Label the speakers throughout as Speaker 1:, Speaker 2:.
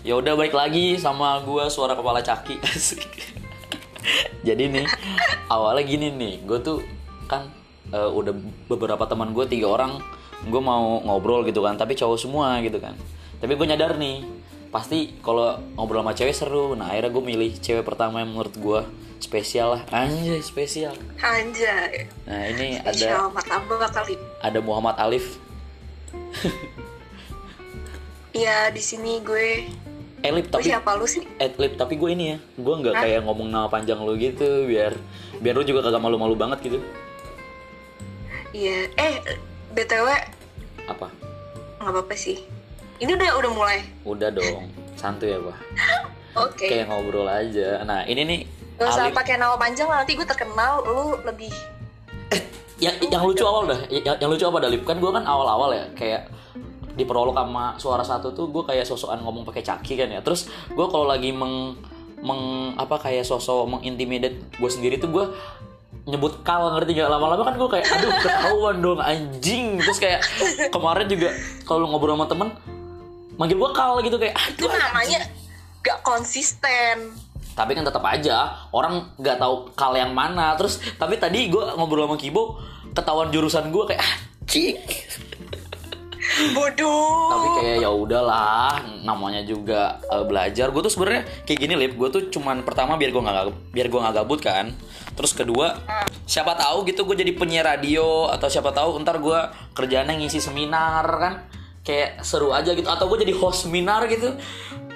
Speaker 1: ya udah balik lagi sama gue suara kepala caki Asik. jadi nih awalnya gini nih gue tuh kan eh, udah beberapa teman gue tiga orang gue mau ngobrol gitu kan tapi cowok semua gitu kan tapi gue nyadar nih pasti kalau ngobrol sama cewek seru nah akhirnya gue milih cewek pertama yang menurut gue spesial lah anjay spesial
Speaker 2: Anjay.
Speaker 1: nah ini ada
Speaker 2: Spesial martabak kali.
Speaker 1: ada Muhammad Alif
Speaker 2: Iya, di sini gue.
Speaker 1: Elip
Speaker 2: Gue
Speaker 1: tapi
Speaker 2: siapa lu sih?
Speaker 1: Eh, Lip, tapi gue ini ya, gue nggak
Speaker 2: Hah?
Speaker 1: kayak ngomong nama panjang lu gitu, biar biar lu juga kagak malu-malu banget gitu.
Speaker 2: Iya. Eh, BTW
Speaker 1: Apa?
Speaker 2: nggak apa-apa sih. Ini udah udah mulai.
Speaker 1: Udah dong, santuy ya, Pak.
Speaker 2: Oke.
Speaker 1: Kayak ngobrol aja. Nah, ini nih
Speaker 2: Gak usah
Speaker 1: Alif.
Speaker 2: pakai nama panjang lah, nanti gue terkenal, lu lebih
Speaker 1: yang, Ya, yang lucu awal dah. Yang, yang lucu apa dah, Lip? Kan gue kan awal-awal ya, kayak di prolog sama suara satu tuh gue kayak sosokan ngomong pakai caki kan ya. Terus gue kalau lagi meng meng apa kayak sosok mengintimidate gue sendiri tuh gue nyebut kal ngerti nggak lama-lama kan gue kayak aduh ketahuan dong anjing terus kayak kemarin juga kalau ngobrol sama temen manggil gue kal gitu kayak
Speaker 2: itu
Speaker 1: aduh
Speaker 2: namanya gak ya? konsisten.
Speaker 1: tapi kan tetap aja orang nggak tahu kal yang mana terus tapi tadi gue ngobrol sama Kibo ketahuan jurusan gue kayak "Ah, anjing
Speaker 2: Bodoh.
Speaker 1: tapi kayak ya udahlah namanya juga eh, belajar gue tuh sebenarnya kayak gini lip gue tuh cuman pertama biar gue nggak biar gue nggak gabut kan terus kedua
Speaker 2: Hmm.
Speaker 1: siapa tahu gitu gue jadi penyiar radio atau siapa tahu ntar gue kerjaannya ngisi seminar kan kayak seru aja gitu atau gue jadi host seminar gitu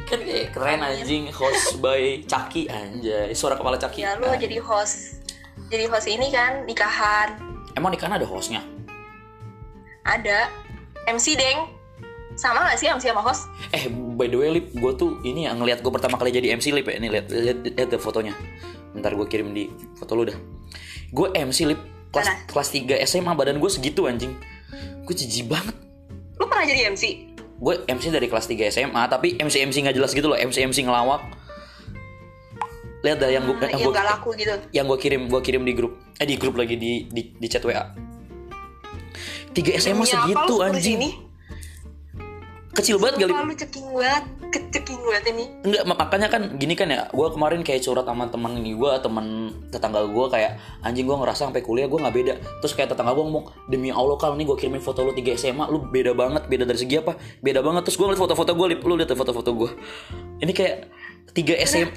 Speaker 1: kan kayak keren anjing host by caki anjay suara kepala caki
Speaker 2: Ya lu
Speaker 1: Ah.
Speaker 2: jadi host. Jadi host ini kan nikahan
Speaker 1: emang di kan ada hostnya
Speaker 2: ada MC Deng. Sama gak sih MC sama host?
Speaker 1: eh by the way lip gue tuh ini yang ngeliat gue pertama kali jadi MC lip ya ini lihat lihat lihat deh fotonya bentar gue kirim di foto lu dah gue MC lip kelas
Speaker 2: Mana?
Speaker 1: kelas 3 SMA badan gue segitu anjing gue jijik banget
Speaker 2: Lu pernah jadi MC?
Speaker 1: gue MC dari kelas 3 SMA tapi MC MC nggak jelas gitu loh MC MC ngelawak lihat dah yang gue
Speaker 2: Yang,
Speaker 1: yang gue
Speaker 2: gak laku gitu.
Speaker 1: yang gue kirim gue kirim di grup eh di grup lagi di di, di chat WA 3 SMA
Speaker 2: Demi apa lu
Speaker 1: segitu
Speaker 2: seperti
Speaker 1: gitu, anjing
Speaker 2: ini?
Speaker 1: kecil banget kali
Speaker 2: Sumpah lu ceking banget, keceking banget ini.
Speaker 1: Enggak, mak- makanya kan gini kan ya Gue kemarin kayak curhat sama temen ini gue Temen tetangga gue kayak Anjing gue ngerasa sampai kuliah gue gak beda Terus kayak tetangga gue ngomong Demi Allah kalau nih gue kirimin foto lu 3 SMA Lu beda banget, beda dari segi apa Beda banget, terus gue ngeliat foto-foto gue Lu liat deh foto-foto gue Ini kayak 3 SMA,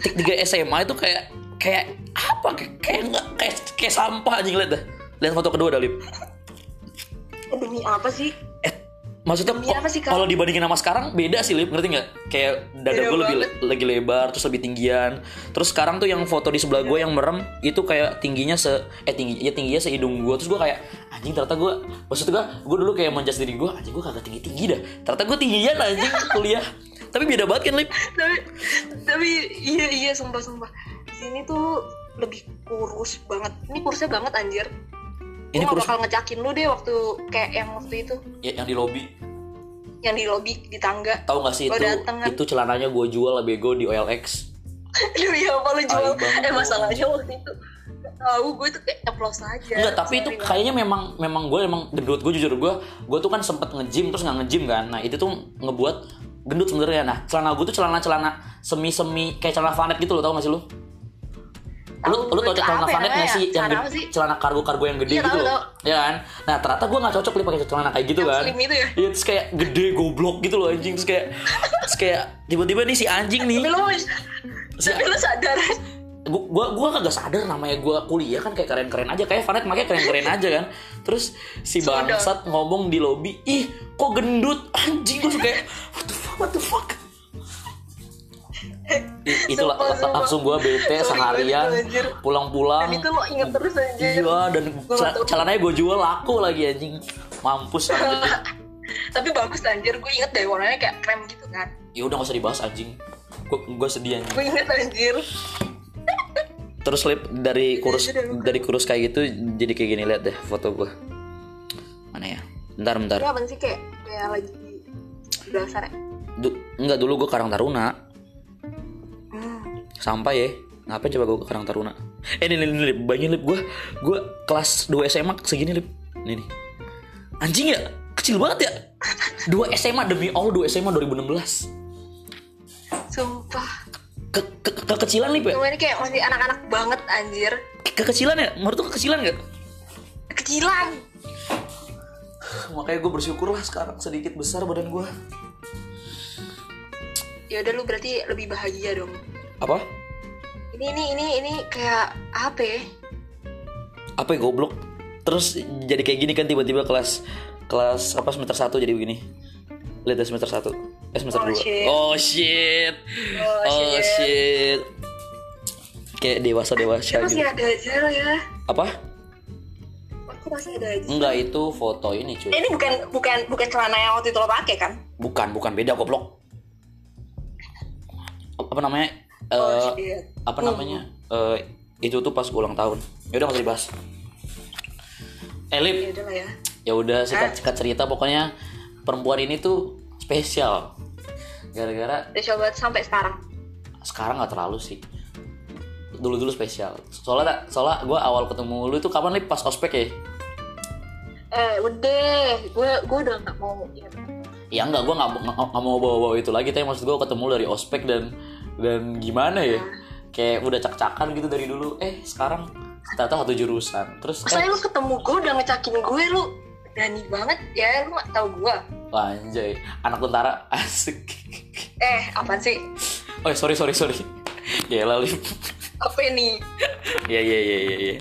Speaker 1: 3 SMA itu kayak Kayak apa, kayak kayak, nggak- kayak, kayak sampah anjing liat dah Lihat foto kedua dah Lip
Speaker 2: Eh, Demi apa sih?
Speaker 1: Eh, Maksudnya
Speaker 2: Demi
Speaker 1: ko-
Speaker 2: Iya, apa sih, Kak?
Speaker 1: kalau dibandingin sama sekarang beda sih Lip, ngerti nggak? Kayak dada
Speaker 2: Beda
Speaker 1: gue lebih le- lagi lebar, terus lebih tinggian. Terus sekarang tuh yang foto di
Speaker 2: Iya.
Speaker 1: sebelah gue yang merem itu kayak tingginya se eh tinggi ya tingginya sehidung gue. Terus gue kayak anjing ternyata gue maksud gue gue dulu kayak menjas diri gue anjing gue kagak tinggi tinggi dah. Ternyata gue tinggian anjing kuliah. Tapi beda banget kan Lip?
Speaker 2: Tapi, tapi iya iya sumpah sumpah. Di sini tuh lu lebih kurus banget. Ini kurusnya banget anjir.
Speaker 1: Ini
Speaker 2: Ini gua
Speaker 1: kurus
Speaker 2: gak bakal ngecakin lu deh waktu kayak yang waktu itu
Speaker 1: ya, yang di lobby.
Speaker 2: yang di lobi di tangga.
Speaker 1: Tahu nggak sih
Speaker 2: Lo
Speaker 1: itu
Speaker 2: dateng kan?
Speaker 1: itu celananya gue jual lah bego di OLX.
Speaker 2: Demi apa lu jual?
Speaker 1: Tai banget
Speaker 2: Eh
Speaker 1: lu.
Speaker 2: masalahnya waktu itu gak tahu gue tuh kayak nyeplos aja.
Speaker 1: Enggak, tapi itu
Speaker 2: Iya, Sorry banget.
Speaker 1: kayaknya memang memang gue emang gendut gue jujur gue gue tuh kan sempet nge-gym terus nggak nge-gym kan nah itu tuh ngebuat gendut sebenarnya nah celana gue tuh celana celana semi semi kayak celana vanet gitu loh tau gak sih lu lu
Speaker 2: Tahu
Speaker 1: lu tau
Speaker 2: gue,
Speaker 1: celana
Speaker 2: apa ya
Speaker 1: vanet nggak
Speaker 2: namanya
Speaker 1: sih
Speaker 2: ya?
Speaker 1: yang
Speaker 2: Celana
Speaker 1: gede-
Speaker 2: apa sih?
Speaker 1: celana kargo kargo yang gede
Speaker 2: Iya,
Speaker 1: gitu
Speaker 2: tahu,
Speaker 1: loh
Speaker 2: tahu.
Speaker 1: ya kan nah ternyata gue nggak cocok nih pakai celana kayak gitu
Speaker 2: Yang
Speaker 1: kan
Speaker 2: slim itu ya?
Speaker 1: iya terus kayak gede goblok gitu loh anjing terus kayak terus kayak tiba-tiba nih si anjing nih
Speaker 2: Tapi lu
Speaker 1: Si-
Speaker 2: tapi lu sadar
Speaker 1: gua gua, gua kagak sadar namanya gua kuliah kan kayak keren-keren aja kayak Vanet makanya keren-keren aja kan terus si
Speaker 2: Sodor.
Speaker 1: bangsat ngomong di lobi ih kok gendut anjing gua suka what the fuck what the fuck I- itulah
Speaker 2: Sumpah, sumpah.
Speaker 1: langsung gua bete
Speaker 2: Sorry,
Speaker 1: seharian
Speaker 2: gua juga, anjir.
Speaker 1: pulang-pulang
Speaker 2: dan itu lo inget terus aja.
Speaker 1: Ah. iya dan
Speaker 2: Gua
Speaker 1: cel-
Speaker 2: gak tahu.
Speaker 1: celananya gua jual laku lagi anjing mampus anjing
Speaker 2: tapi bagus anjir gue inget deh warnanya kayak krem gitu kan
Speaker 1: ya udah gak usah dibahas anjing gua gua sedih anjing
Speaker 2: gue inget anjir
Speaker 1: terus lip dari kurus
Speaker 2: Udah, udah, udah.
Speaker 1: dari kurus kayak gitu jadi kayak gini lihat deh foto gua mana ya bentar bentar
Speaker 2: itu apa sih kayak kayak lagi di dasar ya
Speaker 1: Du- enggak dulu gua karang taruna
Speaker 2: hmm.
Speaker 1: sampai ya ngapain coba gua ke karang taruna eh ini ini, ini, lip banyak lip gua gua kelas 2 SMA segini lip ini nih anjing ya kecil banget ya 2 SMA demi all 2 SMA 2016
Speaker 2: sumpah
Speaker 1: Ke, ke, kekecilan lip ya?
Speaker 2: cuma ini kayak masih anak-anak banget anjir
Speaker 1: Ke- Kekecilan ya? Menurut tuh kekecilan gak?
Speaker 2: kecilan
Speaker 1: Makanya gue bersyukur lah sekarang sedikit besar badan gue
Speaker 2: ya udah lu berarti lebih bahagia dong
Speaker 1: Apa?
Speaker 2: ini ini ini ini kayak apa ya
Speaker 1: Apa ya goblok? Terus jadi kayak gini kan tiba-tiba kelas Kelas apa semester 1 jadi begini Lihat deh semester 1 Eh semester
Speaker 2: Oh,
Speaker 1: 2
Speaker 2: shit.
Speaker 1: Oh shit
Speaker 2: Oh,
Speaker 1: Oh
Speaker 2: shit.
Speaker 1: shit Kayak dewasa-dewasa gitu
Speaker 2: masih ada aja lah ya
Speaker 1: Apa?
Speaker 2: aku masih ada aja
Speaker 1: Enggak itu foto ini cuy
Speaker 2: ini bukan bukan bukan celana yang waktu itu lo pakai kan
Speaker 1: Bukan, bukan beda goblok Apa namanya? Eh,
Speaker 2: oh shit
Speaker 1: apa namanya eh, itu tuh pas ulang tahun ya udah nggak usah dibahas Elip
Speaker 2: ya udah lah ya
Speaker 1: ya udah singkat singkat cerita pokoknya perempuan ini tuh spesial gara-gara
Speaker 2: udah coba sampai sekarang
Speaker 1: sekarang nggak terlalu sih dulu dulu spesial soalnya soalnya gue awal ketemu lu tuh kapan nih pas ospek ya
Speaker 2: eh udah gue gue udah nggak mau ya.
Speaker 1: ya enggak gue nggak nggak- nggak mau bawa-bawa itu lagi tapi maksud gue ketemu dari ospek dan dan gimana ya kayak udah cak-cakan gitu dari dulu eh sekarang ternyata satu jurusan terus eh,
Speaker 2: Masalahnya lu ketemu gue udah ngecakin gue lu berani banget ya lu gak tau gue
Speaker 1: Wah, Anjay, anak tentara asik.
Speaker 2: eh apaan sih
Speaker 1: Oh, sorry, sorry, sorry. Gila, Lip.
Speaker 2: apa ini
Speaker 1: Ya, ya, ya, ya, ya.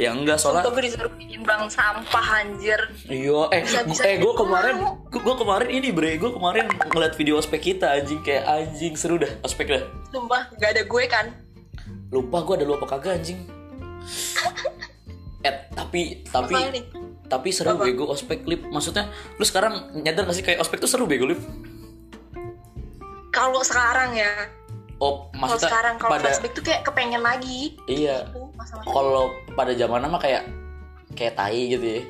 Speaker 1: ya enggak soalnya
Speaker 2: gue disuruh nimbang sampah anjir
Speaker 1: iya eh
Speaker 2: Bisa-bisa
Speaker 1: eh gue kemarin
Speaker 2: gitu mau.
Speaker 1: gue kemarin ini bre gue kemarin ngeliat video ospek kita anjing kayak anjing seru dah ospek dah
Speaker 2: sumpah gak ada gue kan
Speaker 1: lupa gue ada lu apa kagak anjing eh tapi tapi
Speaker 2: Masalahnya nih.
Speaker 1: tapi seru
Speaker 2: Apa?
Speaker 1: bego ospek lip maksudnya lu sekarang nyadar gak sih kayak ospek tuh seru bego lip
Speaker 2: kalau sekarang ya
Speaker 1: oh
Speaker 2: kalau
Speaker 1: maksudnya
Speaker 2: sekarang kalau
Speaker 1: pada
Speaker 2: flashback tuh kayak kepengen lagi
Speaker 1: iya
Speaker 2: Tuh, masa-masa.
Speaker 1: kalau pada zaman mah kayak kayak tai gitu ya.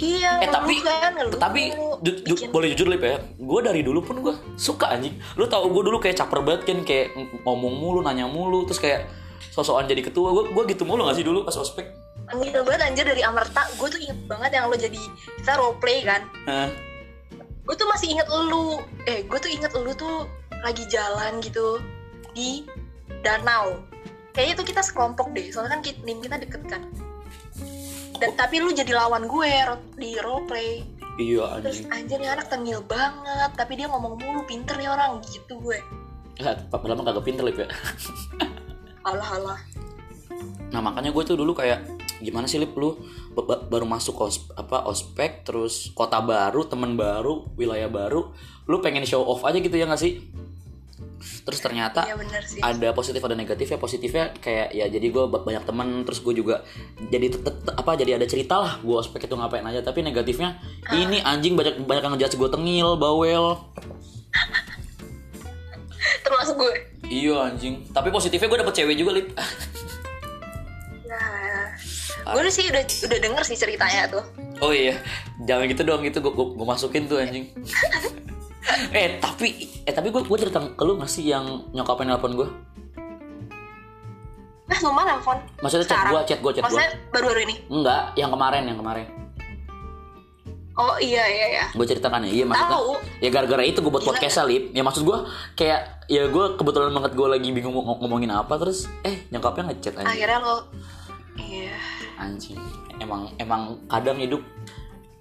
Speaker 2: iya
Speaker 1: Eh
Speaker 2: ngeluh
Speaker 1: tapi
Speaker 2: kan, ngeluh.
Speaker 1: tapi ju- ju-
Speaker 2: Bikin-
Speaker 1: boleh jujur lip ya. Gue dari dulu pun gue suka anjing. Lu tau gue dulu kayak caper banget kan kayak ng- ngomong mulu, nanya mulu, terus kayak sosokan jadi ketua. Gue gue gitu mulu gak sih dulu pas ospek?
Speaker 2: Ngil banget anjir dari Amerta gue tuh inget banget yang lo jadi kita role play kan
Speaker 1: Nah,
Speaker 2: gue tuh masih inget lu eh gue tuh inget lu tuh lagi jalan gitu di danau kayaknya tuh kita sekelompok deh soalnya kan kit- nim kita deket kan dan tapi lu jadi lawan gue ro- di role play
Speaker 1: iya
Speaker 2: terus
Speaker 1: anjing.
Speaker 2: anjir nih anak tengil banget tapi dia ngomong mulu pinter nih orang gitu gue
Speaker 1: Ya, padahal mah kagak pinter lip ya.
Speaker 2: alah alah
Speaker 1: Nah makanya gue tuh dulu kayak gimana sih lip lu ba- ba- baru masuk os apa ospek terus kota baru temen baru wilayah baru lu pengen show off aja gitu ya gak sih terus ternyata
Speaker 2: iya bener sih
Speaker 1: ada positif ada negatifnya positifnya kayak ya jadi gue banyak temen terus gue juga jadi tet- tet- apa jadi ada cerita lah gue ospek itu ngapain aja tapi negatifnya
Speaker 2: Ah.
Speaker 1: ini anjing banyak banyak yang ngejudge gue tengil bawel
Speaker 2: termasuk gue
Speaker 1: iya anjing tapi positifnya gue dapet cewek juga lip
Speaker 2: nah gue udah sih udah udah denger sih ceritanya tuh
Speaker 1: oh iya jangan gitu doang itu gue masukin tuh anjing eh tapi eh tapi gue gue cerita ke lu masih yang nyokapin nelpon gue
Speaker 2: nah sumpah nelfon
Speaker 1: maksudnya chat
Speaker 2: Sekarang.
Speaker 1: gue chat gue chat gue
Speaker 2: maksudnya baru-baru ini
Speaker 1: enggak yang kemarin yang kemarin
Speaker 2: oh iya iya iya
Speaker 1: gue ceritakan ya iya maksudnya
Speaker 2: tahu
Speaker 1: ya gara-gara itu gue buat
Speaker 2: Gila.
Speaker 1: podcast Salib ya maksud gue kayak ya gue kebetulan banget gue lagi bingung mau ngomongin apa terus eh nyokapnya ngechat anjing
Speaker 2: akhirnya lo iya
Speaker 1: anjing emang emang kadang hidup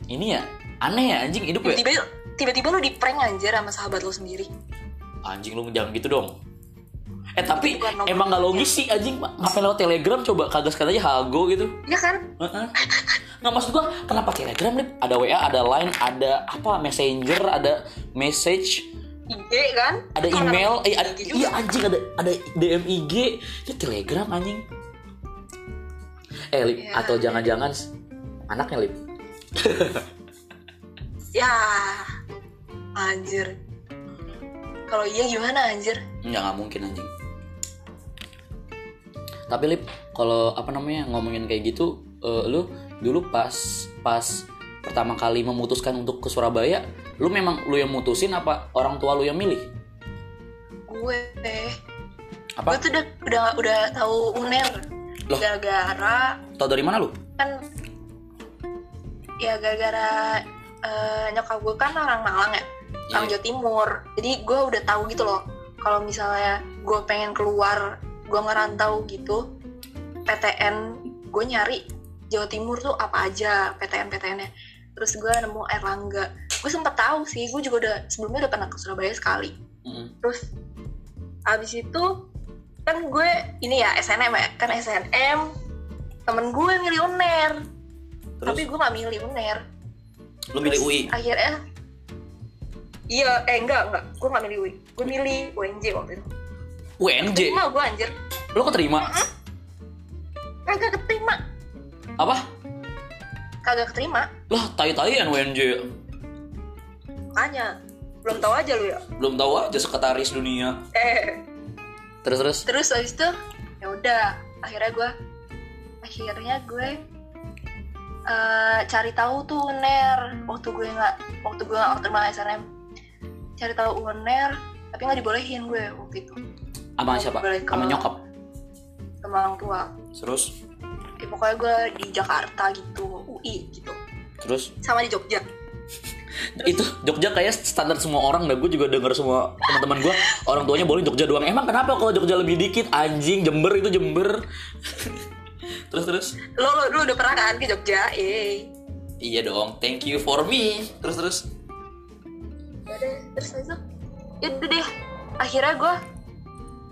Speaker 1: ini ya aneh ya anjing hidup ya
Speaker 2: tiba-tiba tiba-tiba lo di prank anjir sama sahabat lo sendiri
Speaker 1: anjing lu jangan gitu dong eh tapi
Speaker 2: Bukan nomor
Speaker 1: emang gak logis sih anjing ngapain lewat telegram coba kagak sekali aja hago gitu
Speaker 2: iya kan
Speaker 1: Heeh. nggak maksud gue kenapa telegram lip ada wa ada line ada apa messenger ada message
Speaker 2: IG kan
Speaker 1: ada
Speaker 2: Itu kan
Speaker 1: email
Speaker 2: namanya
Speaker 1: eh, ada-
Speaker 2: IG juga.
Speaker 1: iya anjing ada ada DM IG ya telegram anjing eh Lip,
Speaker 2: Iya.
Speaker 1: atau jangan-jangan s- anaknya lip
Speaker 2: ya anjir kalau iya gimana anjir
Speaker 1: nggak nggak mungkin anjing tapi lip kalau apa namanya ngomongin kayak gitu eh, lu dulu pas pas pertama kali memutuskan untuk ke Surabaya lu memang lu yang mutusin apa orang tua lu yang milih
Speaker 2: gue gue
Speaker 1: apa
Speaker 2: tuh udah udah udah tahu uner
Speaker 1: Loh.
Speaker 2: gara-gara
Speaker 1: tau dari mana lu
Speaker 2: kan ya gara-gara eh, nyokap gue kan orang Malang ya
Speaker 1: Iya,
Speaker 2: orang Jawa Timur jadi gue udah tahu gitu loh kalau misalnya gue pengen keluar gue ngerantau gitu PTN gue nyari Jawa Timur tuh apa aja PTN PTN-nya terus gue nemu Erlangga gue sempet tahu sih gue juga udah sebelumnya udah pernah ke Surabaya sekali
Speaker 1: Mm.
Speaker 2: terus abis itu kan gue ini ya SNM ya kan SNM temen gue milioner
Speaker 1: Terus
Speaker 2: tapi gue gak milih UNER
Speaker 1: lu milih UI.
Speaker 2: akhirnya iya eh enggak enggak gue gak milih UI gue milih UNJ waktu itu
Speaker 1: UNJ.
Speaker 2: keterima gue anjir
Speaker 1: Lu keterima?
Speaker 2: kagak keterima
Speaker 1: Apa?
Speaker 2: kagak keterima
Speaker 1: Lah, tai-taian UNJ.
Speaker 2: makanya belum tahu aja lu ya
Speaker 1: Belum tahu aja sekretaris dunia.
Speaker 2: eh
Speaker 1: Terus terus.
Speaker 2: terus abis itu ya udah akhirnya gue akhirnya gue eh, cari tahu tuh UNER waktu gue nggak waktu gue nggak terima SNM cari tahu UNER tapi nggak dibolehin gue waktu itu
Speaker 1: Sama siapa?
Speaker 2: Balik ke-
Speaker 1: Sama nyokap.
Speaker 2: sama orang tua
Speaker 1: Terus
Speaker 2: ya, pokoknya gue di Jakarta gitu UI gitu
Speaker 1: terus
Speaker 2: sama di Jogja
Speaker 1: itu Jogja kayak standar semua orang dan gue juga denger semua teman-teman gue orang tuanya boleh Jogja doang emang kenapa kalau Jogja lebih dikit anjing Jember itu Jember terus terus
Speaker 2: lo lo lo udah pernah kan ke Jogja eh
Speaker 1: iya dong thank you for me terus terus
Speaker 2: Yaudah, terus habis itu ya udah deh akhirnya gue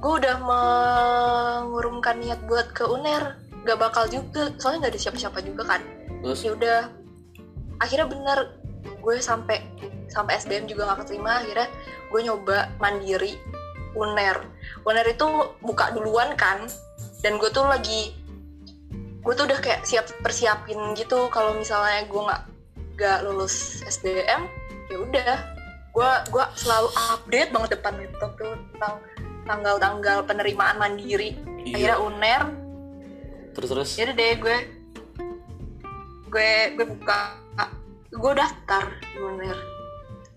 Speaker 2: gue udah mengurungkan niat buat ke UNER gak bakal juga soalnya gak ada siapa-siapa juga kan
Speaker 1: terus
Speaker 2: ya udah akhirnya bener gue sampai sampai SBM juga gak keterima akhirnya gue nyoba mandiri UNER UNER itu buka duluan kan dan gue tuh lagi gue tuh udah kayak siap persiapin gitu kalau misalnya gue nggak nggak lulus SBM ya udah gue gua selalu update banget depan laptop tuh tentang tanggal-tanggal penerimaan mandiri akhirnya
Speaker 1: iya
Speaker 2: UNER
Speaker 1: terus terus
Speaker 2: jadi Ya deh gue gue gue buka gue daftar bener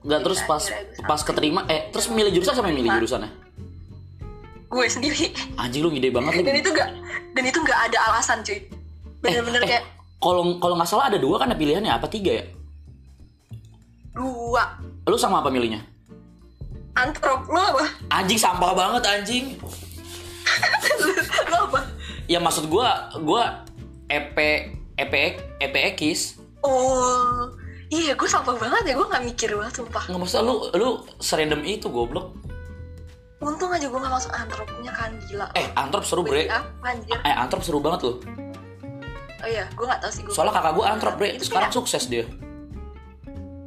Speaker 1: nggak terus pas pas keterima eh terus milih jurusan sama yang milih jurusannya
Speaker 2: gue sendiri
Speaker 1: anjing lu ngide banget
Speaker 2: dan
Speaker 1: lagi
Speaker 2: itu gak dan itu nggak ada alasan cuy bener-bener
Speaker 1: eh.
Speaker 2: kayak
Speaker 1: kalau kalau nggak salah ada dua kan ya pilihannya apa tiga ya
Speaker 2: dua
Speaker 1: lu sama apa milihnya
Speaker 2: antrop lo apa
Speaker 1: anjing sampah banget anjing
Speaker 2: lo apa
Speaker 1: ya maksud gue gue EP EP EPX
Speaker 2: oh iya gue sampah banget ya gue nggak mikir banget sumpah
Speaker 1: Nggak maksudnya lu lu serandom itu goblok.
Speaker 2: untung aja gue nggak masuk antropnya kan gila
Speaker 1: Eh, antrop seru, Bre.
Speaker 2: Apa, anjir
Speaker 1: Eh, antrop seru banget loh.
Speaker 2: oh iya gue nggak tahu sih gue
Speaker 1: Soalnya kakak gue antrop, Bre.
Speaker 2: Itu
Speaker 1: Sekarang
Speaker 2: kayak-
Speaker 1: sukses dia.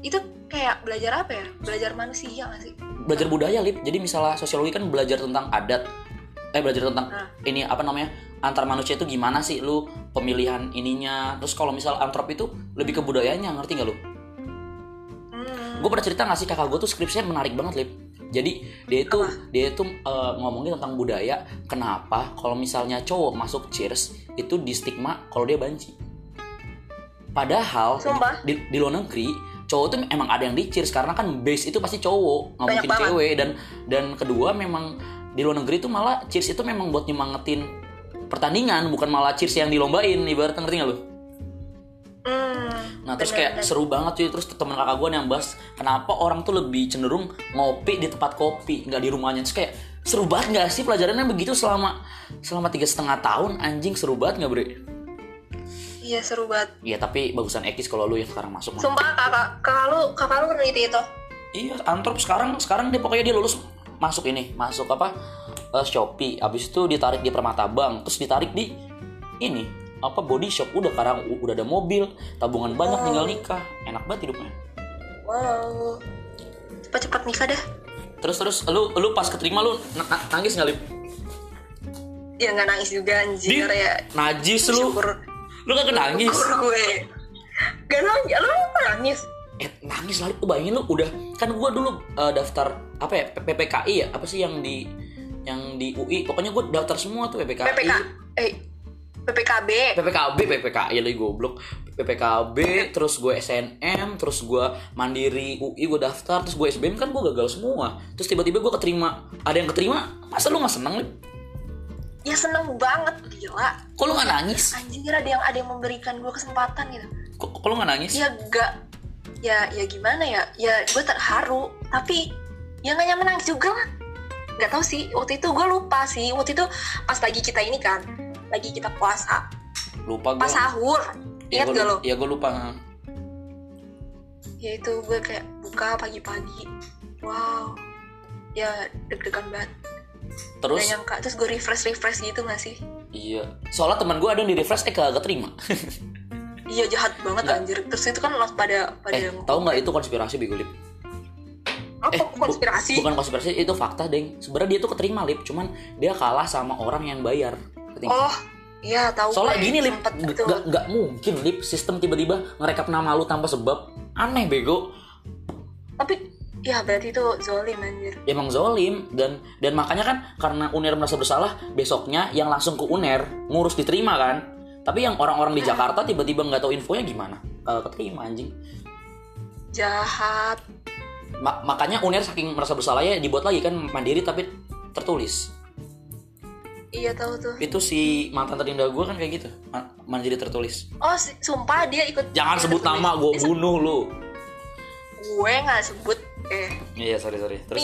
Speaker 2: itu kayak belajar apa ya belajar manusia nggak sih
Speaker 1: Belajar budaya, Lip. Jadi misalnya sosiologi kan belajar tentang adat. Eh, belajar tentang
Speaker 2: Nah.
Speaker 1: ini apa namanya? Antar manusia itu gimana sih lu pemilihan ininya. Terus kalau misal antrop itu lebih ke budayanya, ngerti nggak lu?
Speaker 2: hmm.
Speaker 1: Gue pernah cerita nggak sih kakak gue tuh skripsinya menarik banget, Lip. Jadi dia itu dia itu eh, ngomongin tentang budaya. Kenapa kalau misalnya cowok masuk cheers itu di stigma kalau dia banci. Padahal
Speaker 2: Sumpah.
Speaker 1: di, di luar negeri cowok tuh emang ada yang di cheers karena kan base itu pasti cowok nggak
Speaker 2: Banyak
Speaker 1: mungkin
Speaker 2: banget.
Speaker 1: cewek dan dan kedua memang di luar negeri tuh malah cheers itu memang buat nyemangetin pertandingan bukan malah cheers yang dilombain ibaratnya ngerti nggak lu?
Speaker 2: Hmm,
Speaker 1: Nah terus
Speaker 2: bener,
Speaker 1: kayak seru banget cuy Terus temen kakak gue yang bahas Kenapa orang tuh lebih cenderung ngopi di tempat kopi nggak di rumahnya Terus kayak seru banget gak sih pelajarannya begitu selama Selama tiga setengah tahun anjing seru banget gak bre
Speaker 2: bener. iya seru banget
Speaker 1: Iya tapi bagusan Ekis kalau lu yang sekarang masuk mah.
Speaker 2: Sumpah kakak, kakak lu, kakak lu meneliti itu.
Speaker 1: Iya antrop sekarang sekarang dia pokoknya dia lulus masuk ini Masuk apa eh, Shopee Abis itu ditarik di Permata Bank Terus ditarik di ini apa body shop udah sekarang u- udah ada mobil tabungan banyak tinggal nikah enak banget hidupnya
Speaker 2: Wow. Cepat-cepat nikah dah.
Speaker 1: terus terus lu lu pas keterima lu na- na- nangis nggak lip
Speaker 2: Ya nggak nangis
Speaker 1: Di,
Speaker 2: juga anjir ya.
Speaker 1: najis lu.
Speaker 2: Syukur,
Speaker 1: Lu kagak nangis.
Speaker 2: syukur gue. Gak nangis, ya lu apa nangis?
Speaker 1: Eh, nangis lah. Lu bayangin lu udah kan gua dulu eh, daftar apa ya P- PPKI ya? Apa sih yang di yang di UI? Pokoknya gua daftar semua tuh PPKI.
Speaker 2: PPK, eh, PPKB.
Speaker 1: PPKB, PPKI lagi iya, goblok. PPKB, terus gue SNM, terus gue mandiri UI, gue daftar, terus gue SBM kan gue gagal semua. Terus tiba-tiba gue keterima, ada yang keterima, masa lu nggak seneng? Lip?
Speaker 2: Ya seneng banget, gila.
Speaker 1: Kok lu nggak nangis?
Speaker 2: Anjir ada yang ada yang memberikan gue kesempatan gitu.
Speaker 1: Kok, kok lu nggak nangis?
Speaker 2: Ya gak, ya ya gimana ya ya gue terharu tapi ya nggak nyaman nangis juga lah nggak tahu sih waktu itu gue lupa sih waktu itu pas lagi kita ini kan lagi kita puasa
Speaker 1: lupa gue
Speaker 2: pas sahur
Speaker 1: ya
Speaker 2: ingat
Speaker 1: gue
Speaker 2: gak lo
Speaker 1: ya gue Oh. lupa
Speaker 2: ya itu gue kayak buka pagi-pagi wow ya deg-degan banget
Speaker 1: terus
Speaker 2: gak nyangka terus gue refresh refresh gitu gak sih
Speaker 1: iya soalnya teman gue ada yang di refresh eh kagak terima
Speaker 2: iya jahat banget
Speaker 1: Nggak.
Speaker 2: anjir terus itu kan langsung pada pada
Speaker 1: eh
Speaker 2: yang
Speaker 1: tahu nggak itu konspirasi Bego Lip
Speaker 2: apa
Speaker 1: eh, bu-
Speaker 2: konspirasi
Speaker 1: bukan konspirasi itu fakta deng sebenarnya dia tuh keterima Lip cuman dia kalah sama orang yang bayar Ngerti nggak?
Speaker 2: oh iya tahu
Speaker 1: Soalnya
Speaker 2: gue,
Speaker 1: gini Lip,
Speaker 2: sempet
Speaker 1: g-
Speaker 2: gitu.
Speaker 1: gak, gak mungkin Lip sistem tiba-tiba ngerekap nama lu tanpa sebab Aneh bego,
Speaker 2: tapi ya berarti itu zolim anjir
Speaker 1: emang zolim Dan dan makanya kan karena UNER merasa bersalah Besoknya yang langsung ke UNER ngurus diterima kan Tapi yang orang-orang di
Speaker 2: Nah.
Speaker 1: Jakarta tiba-tiba nggak tahu infonya gimana Eh, Keterima anjing
Speaker 2: jahat
Speaker 1: Ma- Makanya UNER saking merasa bersalahnya dibuat lagi kan mandiri tapi tertulis
Speaker 2: iya tahu tuh
Speaker 1: Itu si mantan terindah gue kan kayak gitu Ma- Mandiri tertulis
Speaker 2: oh si- sumpah dia ikut
Speaker 1: Jangan
Speaker 2: dia
Speaker 1: sebut
Speaker 2: tertulis.
Speaker 1: nama gue
Speaker 2: Eh,
Speaker 1: bunuh lu
Speaker 2: gue nggak sebut eh
Speaker 1: Iya sorry sorry
Speaker 2: nih
Speaker 1: Terus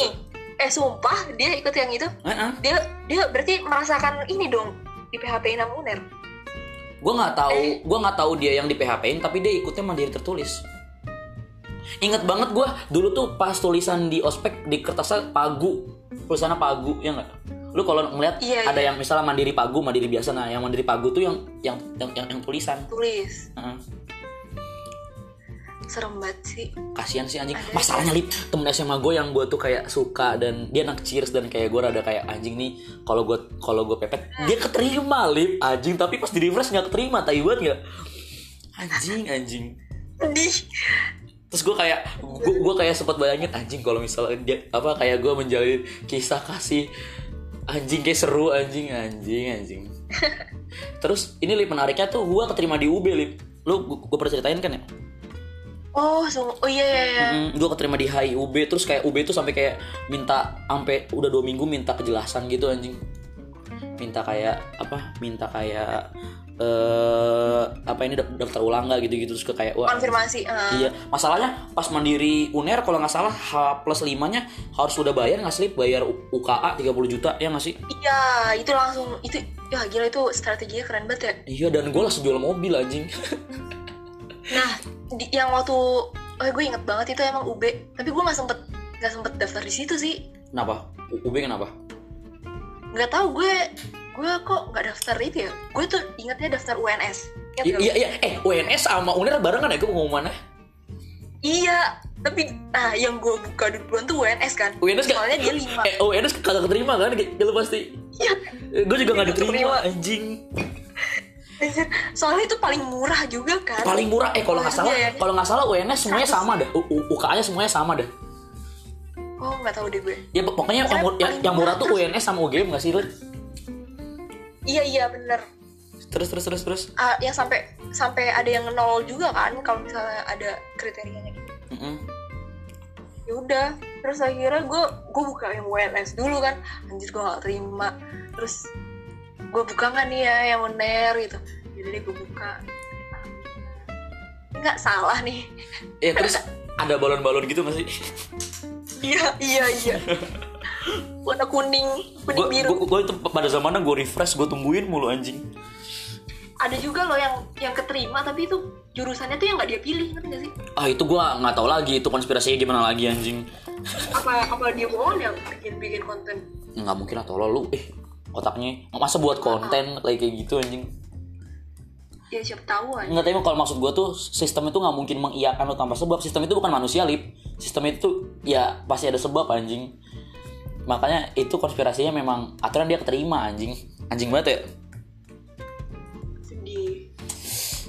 Speaker 2: eh sumpah dia ikut yang itu
Speaker 1: Heeh.
Speaker 2: dia dia berarti merasakan ini dong di PHP 6 uner
Speaker 1: gue nggak tahu
Speaker 2: Eh.
Speaker 1: gua nggak tahu dia yang di PHP-in tapi dia ikutnya mandiri tertulis Ingat banget gue dulu tuh pas tulisan di ospek di kertasnya pagu tulisannya pagu ya nggak lu kalau ngeliat
Speaker 2: Iya,
Speaker 1: ada yang misalnya mandiri pagu mandiri biasa nah yang mandiri pagu tuh yang yang yang, yang, yang tulisan
Speaker 2: tulis
Speaker 1: Heeh.
Speaker 2: serem banget sih
Speaker 1: kasihan sih anjing
Speaker 2: Ada.
Speaker 1: masalahnya lip temen SMA gue yang gue tuh kayak suka dan dia anak cheers dan kayak gue rada kayak anjing nih kalau gue kalau gue pepet dia keterima lip anjing tapi pas di refresh nggak keterima tai banget nggak anjing anjing
Speaker 2: sedih
Speaker 1: terus gue kayak gue kayak sempat bayangin anjing kalau misalnya dia apa kayak gue menjalin kisah kasih anjing kayak seru anjing anjing anjing terus ini lip menariknya tuh gue keterima di UB lip lu gue pernah ceritain kan ya
Speaker 2: oh sungguh oh iya iya iya
Speaker 1: gue keterima di HI UB terus kayak UB tuh sampai kayak minta sampai udah dua minggu minta kejelasan gitu anjing minta kayak apa minta kayak eh apa ini dapt- daftar ulang nggak gitu gitu terus ke kayak wah
Speaker 2: konfirmasi eh.
Speaker 1: Iya, masalahnya pas mandiri UNER kalau nggak salah H plus 5-nya harus udah bayar nggak slip bayar U- UKA 30 juta ya nggak sih?
Speaker 2: iya itu langsung itu ya gila itu strateginya keren banget ya
Speaker 1: Iya dan gue langsung jual mobil anjing.
Speaker 2: nah di- yang waktu oh gue inget banget itu emang UB tapi gue nggak sempet nggak sempet daftar di situ sih
Speaker 1: Kenapa? U- UB kenapa?
Speaker 2: nggak tahu gue gue kok nggak daftar itu ya gue tuh ingetnya daftar UNS
Speaker 1: I-
Speaker 2: Ingat nggak?
Speaker 1: iya iya eh UNS sama UNER barengan ya gue pengumumannya.
Speaker 2: iya tapi nah yang gue buka duluan tuh UNS kan
Speaker 1: UNS gak-
Speaker 2: soalnya dia lima
Speaker 1: Eh UNS kagak keterima kan? Kayak lu pasti.
Speaker 2: Iya.
Speaker 1: Gue juga nggak
Speaker 2: Keterima.
Speaker 1: diterima anjing.
Speaker 2: Anjir, soalnya itu paling murah juga kan
Speaker 1: Paling murah eh kalau nggak salah
Speaker 2: Iya, iya.
Speaker 1: kalau nggak salah UNS semuanya
Speaker 2: Seratus.
Speaker 1: sama dah. U- U- UKA-nya semuanya sama dah.
Speaker 2: oh nggak tahu deh gue
Speaker 1: Ya pokoknya yang, mur- yang, yang murah tuh UNS sama UGM nggak sih? Lid?
Speaker 2: iya iya bener
Speaker 1: Terus terus terus terus.
Speaker 2: Ah, yang sampai sampai ada yang nol juga kan kalau misalnya ada kriterianya gitu.
Speaker 1: Mm-mm.
Speaker 2: ya udah terus akhirnya gue gue buka yang UNS dulu kan anjir gue gak terima terus gue buka nggak nih ya yang UNER gitu jadi gue buka Ini nggak salah nih
Speaker 1: Ya terus ada balon-balon gitu gak sih?
Speaker 2: iya iya iya warna kuning kuning
Speaker 1: Gue
Speaker 2: biru
Speaker 1: itu pada zamannya gue refresh, gue tungguin mulu anjing.
Speaker 2: ada juga loh yang yang keterima tapi itu jurusannya tuh yang nggak dia pilih ngerti nggak sih
Speaker 1: Ah itu gue nggak tahu lagi itu konspirasinya gimana lagi anjing.
Speaker 2: apa apa dia bohong yang bikin bikin konten
Speaker 1: Nggak mungkin lah tolol lu. Eh otaknya masa buat konten kayak kayak gitu anjing.
Speaker 2: ya siapa tahu aja
Speaker 1: Nggak tapi kalau maksud gue tuh sistem itu nggak mungkin mengiakan lu tanpa sebab. Sistem itu bukan manusia lip. Sistem itu tuh, ya pasti ada sebab anjing. Makanya itu konspirasinya memang aturan dia keterima anjing. Anjing banget ya.
Speaker 2: sedih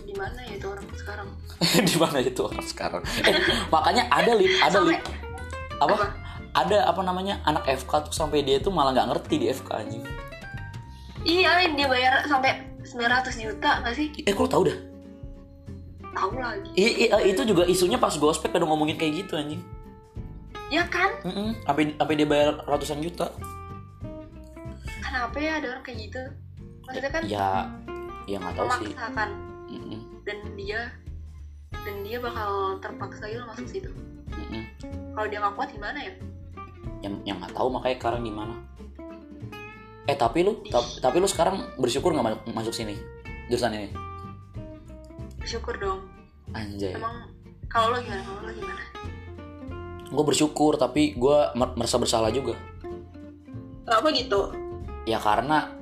Speaker 2: di mana ya itu orang sekarang
Speaker 1: Di mana itu orang sekarang? Eh, makanya ada lip, ada lip. Apa?
Speaker 2: Apa?
Speaker 1: Ada apa namanya anak FK tuh sampai dia tuh malah nggak ngerti di FK anjing.
Speaker 2: iya Lin, dia bayar sampai 900 juta nggak sih
Speaker 1: Eh, kok lu tahu dah?
Speaker 2: tahu lagi
Speaker 1: I- i- eh, itu juga isunya pas gue ospek pada ngomongin kayak gitu anjing.
Speaker 2: ya kan
Speaker 1: Mm-mm, Sampai sampai dia bayar ratusan juta.
Speaker 2: kenapa ya ada orang kayak gitu maksudnya kan
Speaker 1: Ya, ya nggak Iya, tahu sih.
Speaker 2: memaksakan
Speaker 1: Mm-mm.
Speaker 2: dan dia dan dia bakal terpaksa gitu masuk situ
Speaker 1: Mm-mm.
Speaker 2: kalau dia nggak kuat gimana ya
Speaker 1: yang yang nggak tahu makanya sekarang gimana eh tapi lu ta- tapi lu sekarang bersyukur nggak ma- masuk sini jurusan ini
Speaker 2: bersyukur dong
Speaker 1: anjay
Speaker 2: emang kalau lo gimana kalau lo gimana
Speaker 1: gue bersyukur tapi gue mer- merasa bersalah juga
Speaker 2: apa gitu
Speaker 1: ya karena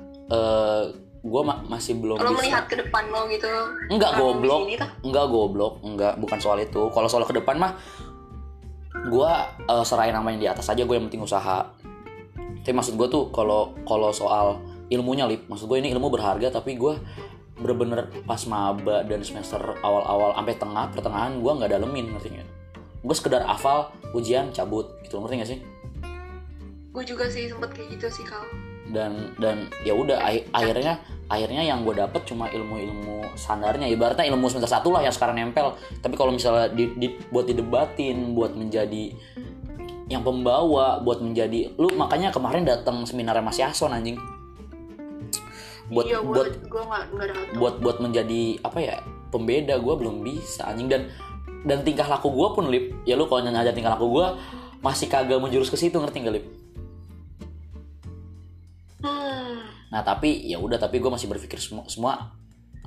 Speaker 1: gue masih belum
Speaker 2: lo
Speaker 1: bisa
Speaker 2: melihat ke depan lo gitu
Speaker 1: enggak
Speaker 2: kamu
Speaker 1: goblok
Speaker 2: di sini tuh.
Speaker 1: enggak goblok enggak bukan soal itu kalau soal ke depan mah gue serahin namanya di atas aja gue yang penting usaha tapi maksud gue tuh kalau kalau soal ilmunya lip maksud gue ini ilmu berharga tapi gue bener-bener pas maba dan semester awal-awal sampai tengah pertengahan gue nggak dalemin ngerti nggak gue sekedar hafal ujian cabut gitu ngerti nggak sih
Speaker 2: gue juga sih sempet kayak gitu sih kalau
Speaker 1: dan dan ya udah ai- akhirnya akhirnya yang gue dapet cuma ilmu-ilmu standarnya ibaratnya ilmu semester satu lah yang sekarang nempel tapi kalau misalnya di, di- buat didebatin buat menjadi yang pembawa buat menjadi lu makanya kemarin datang seminar Mas Yason anjing buat
Speaker 2: iya gue
Speaker 1: buat
Speaker 2: gue nggak nggak ada waktu.
Speaker 1: buat buat menjadi apa ya pembeda gue belum bisa anjing dan dan tingkah laku gue pun lip ya lu kalau nanya tingkah laku gue masih kagak menjurus ke situ ngerti nggak lip
Speaker 2: hmm
Speaker 1: Nah tapi ya udah tapi gue masih berpikir semua semua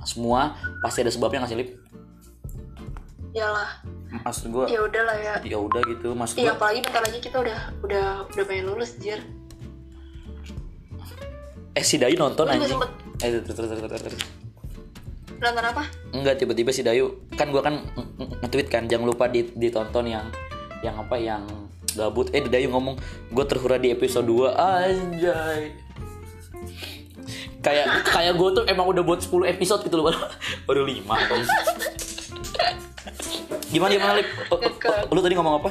Speaker 1: semua pasti ada sebabnya nggak sih lip?
Speaker 2: iyalah
Speaker 1: Maksud gue
Speaker 2: ya udah lah ya
Speaker 1: ya udah gitu maksud
Speaker 2: Iya
Speaker 1: gue
Speaker 2: apalagi bentar lagi kita udah udah udah pengen lulus jir.
Speaker 1: eh si Dayu nonton
Speaker 2: Gue juga
Speaker 1: anjing.
Speaker 2: sempet
Speaker 1: Eh terus terus terus terus terus.
Speaker 2: nonton apa?
Speaker 1: Enggak tiba-tiba si Dayu kan gue kan ng- ng- nge-tweet kan jangan lupa di- ditonton yang yang apa yang gabut eh Dayu ngomong gue terhura di episode 2 anjay kayak kayak gue tuh emang udah buat 10 episode gitu loh baru baru 5 gimana gimana lip O- o- o- lu tadi ngomong apa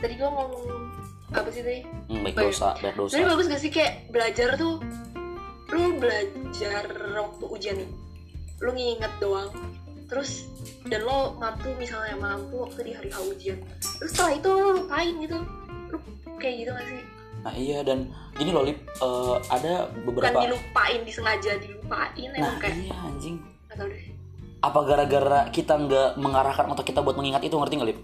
Speaker 2: Tadi gue ngomong apa sih tadi?
Speaker 1: Hmm, baik
Speaker 2: Baik.
Speaker 1: dosa, baik dosa.
Speaker 2: Jadi bagus gak sih kayak belajar tuh lu belajar waktu ujian nih. Lu nginget doang. Terus dan lo mampu misalnya mampu waktu di hari H ujian. Terus setelah itu lu lupain gitu. Lu kayak gitu gak sih?
Speaker 1: Nah iya dan gini loh Lip, eh, ada
Speaker 2: Bukan
Speaker 1: beberapa.
Speaker 2: dilupain disengaja dilupain
Speaker 1: nah
Speaker 2: emang Kan kayak
Speaker 1: iya anjing.
Speaker 2: gak tau deh.
Speaker 1: Apa gara-gara kita nggak mengarahkan otak kita buat mengingat itu ngerti nggak Lip?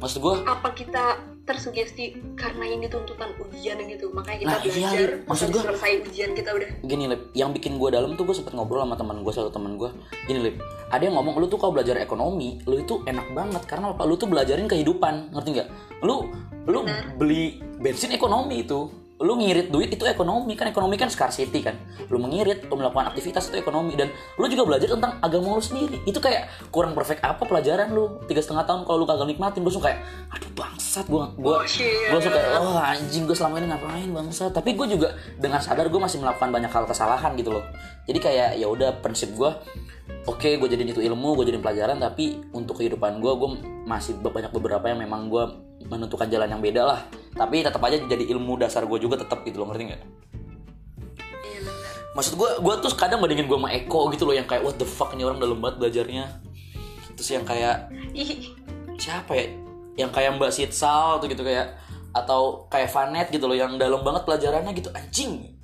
Speaker 1: Maksud gue,
Speaker 2: apa kita tersugesti karena ini tuntutan ujian gitu makanya kita
Speaker 1: Nah, iya,
Speaker 2: belajar
Speaker 1: Lip. Maksud
Speaker 2: terus
Speaker 1: gua-
Speaker 2: selesai ujian kita udah
Speaker 1: gini Lip, yang bikin gue dalam tuh gue sempet ngobrol sama teman gue satu teman gue. Gini Lip, ada yang ngomong lu tuh kalau belajar ekonomi, lu itu enak banget karena apa? Lu tuh belajarin kehidupan, ngerti nggak? Lu lu
Speaker 2: Benar.
Speaker 1: beli bensin ekonomi itu lu ngirit duit itu ekonomi kan ekonomi kan scarcity kan lu mengirit lu melakukan aktivitas itu ekonomi dan lu juga belajar tentang agama lu sendiri itu kayak kurang perfect apa pelajaran lu tiga setengah tahun kalau lu kagak nikmatin lu suka kayak aduh bangsat gua gua
Speaker 2: Oh, shit.
Speaker 1: gua suka oh anjing gua selama ini ngapain bangsat tapi gua juga dengan sadar gua masih melakukan banyak hal kesalahan gitu loh jadi kayak ya udah prinsip gua oke gue jadiin itu ilmu gue jadiin pelajaran tapi untuk kehidupan gue gue masih be- banyak beberapa yang memang gue menentukan jalan yang beda lah tapi tetap aja jadi ilmu dasar gue juga tetap gitu loh ngerti nggak
Speaker 2: iya benar
Speaker 1: maksud gue gue tuh kadang bandingin gue sama Eko gitu loh yang kayak what the fuck ini orang udah lembat belajarnya terus yang kayak
Speaker 2: ih
Speaker 1: siapa ya yang kayak Mbak Sitsal tuh gitu kayak atau kayak Vanet gitu loh yang dalam banget pelajarannya gitu anjing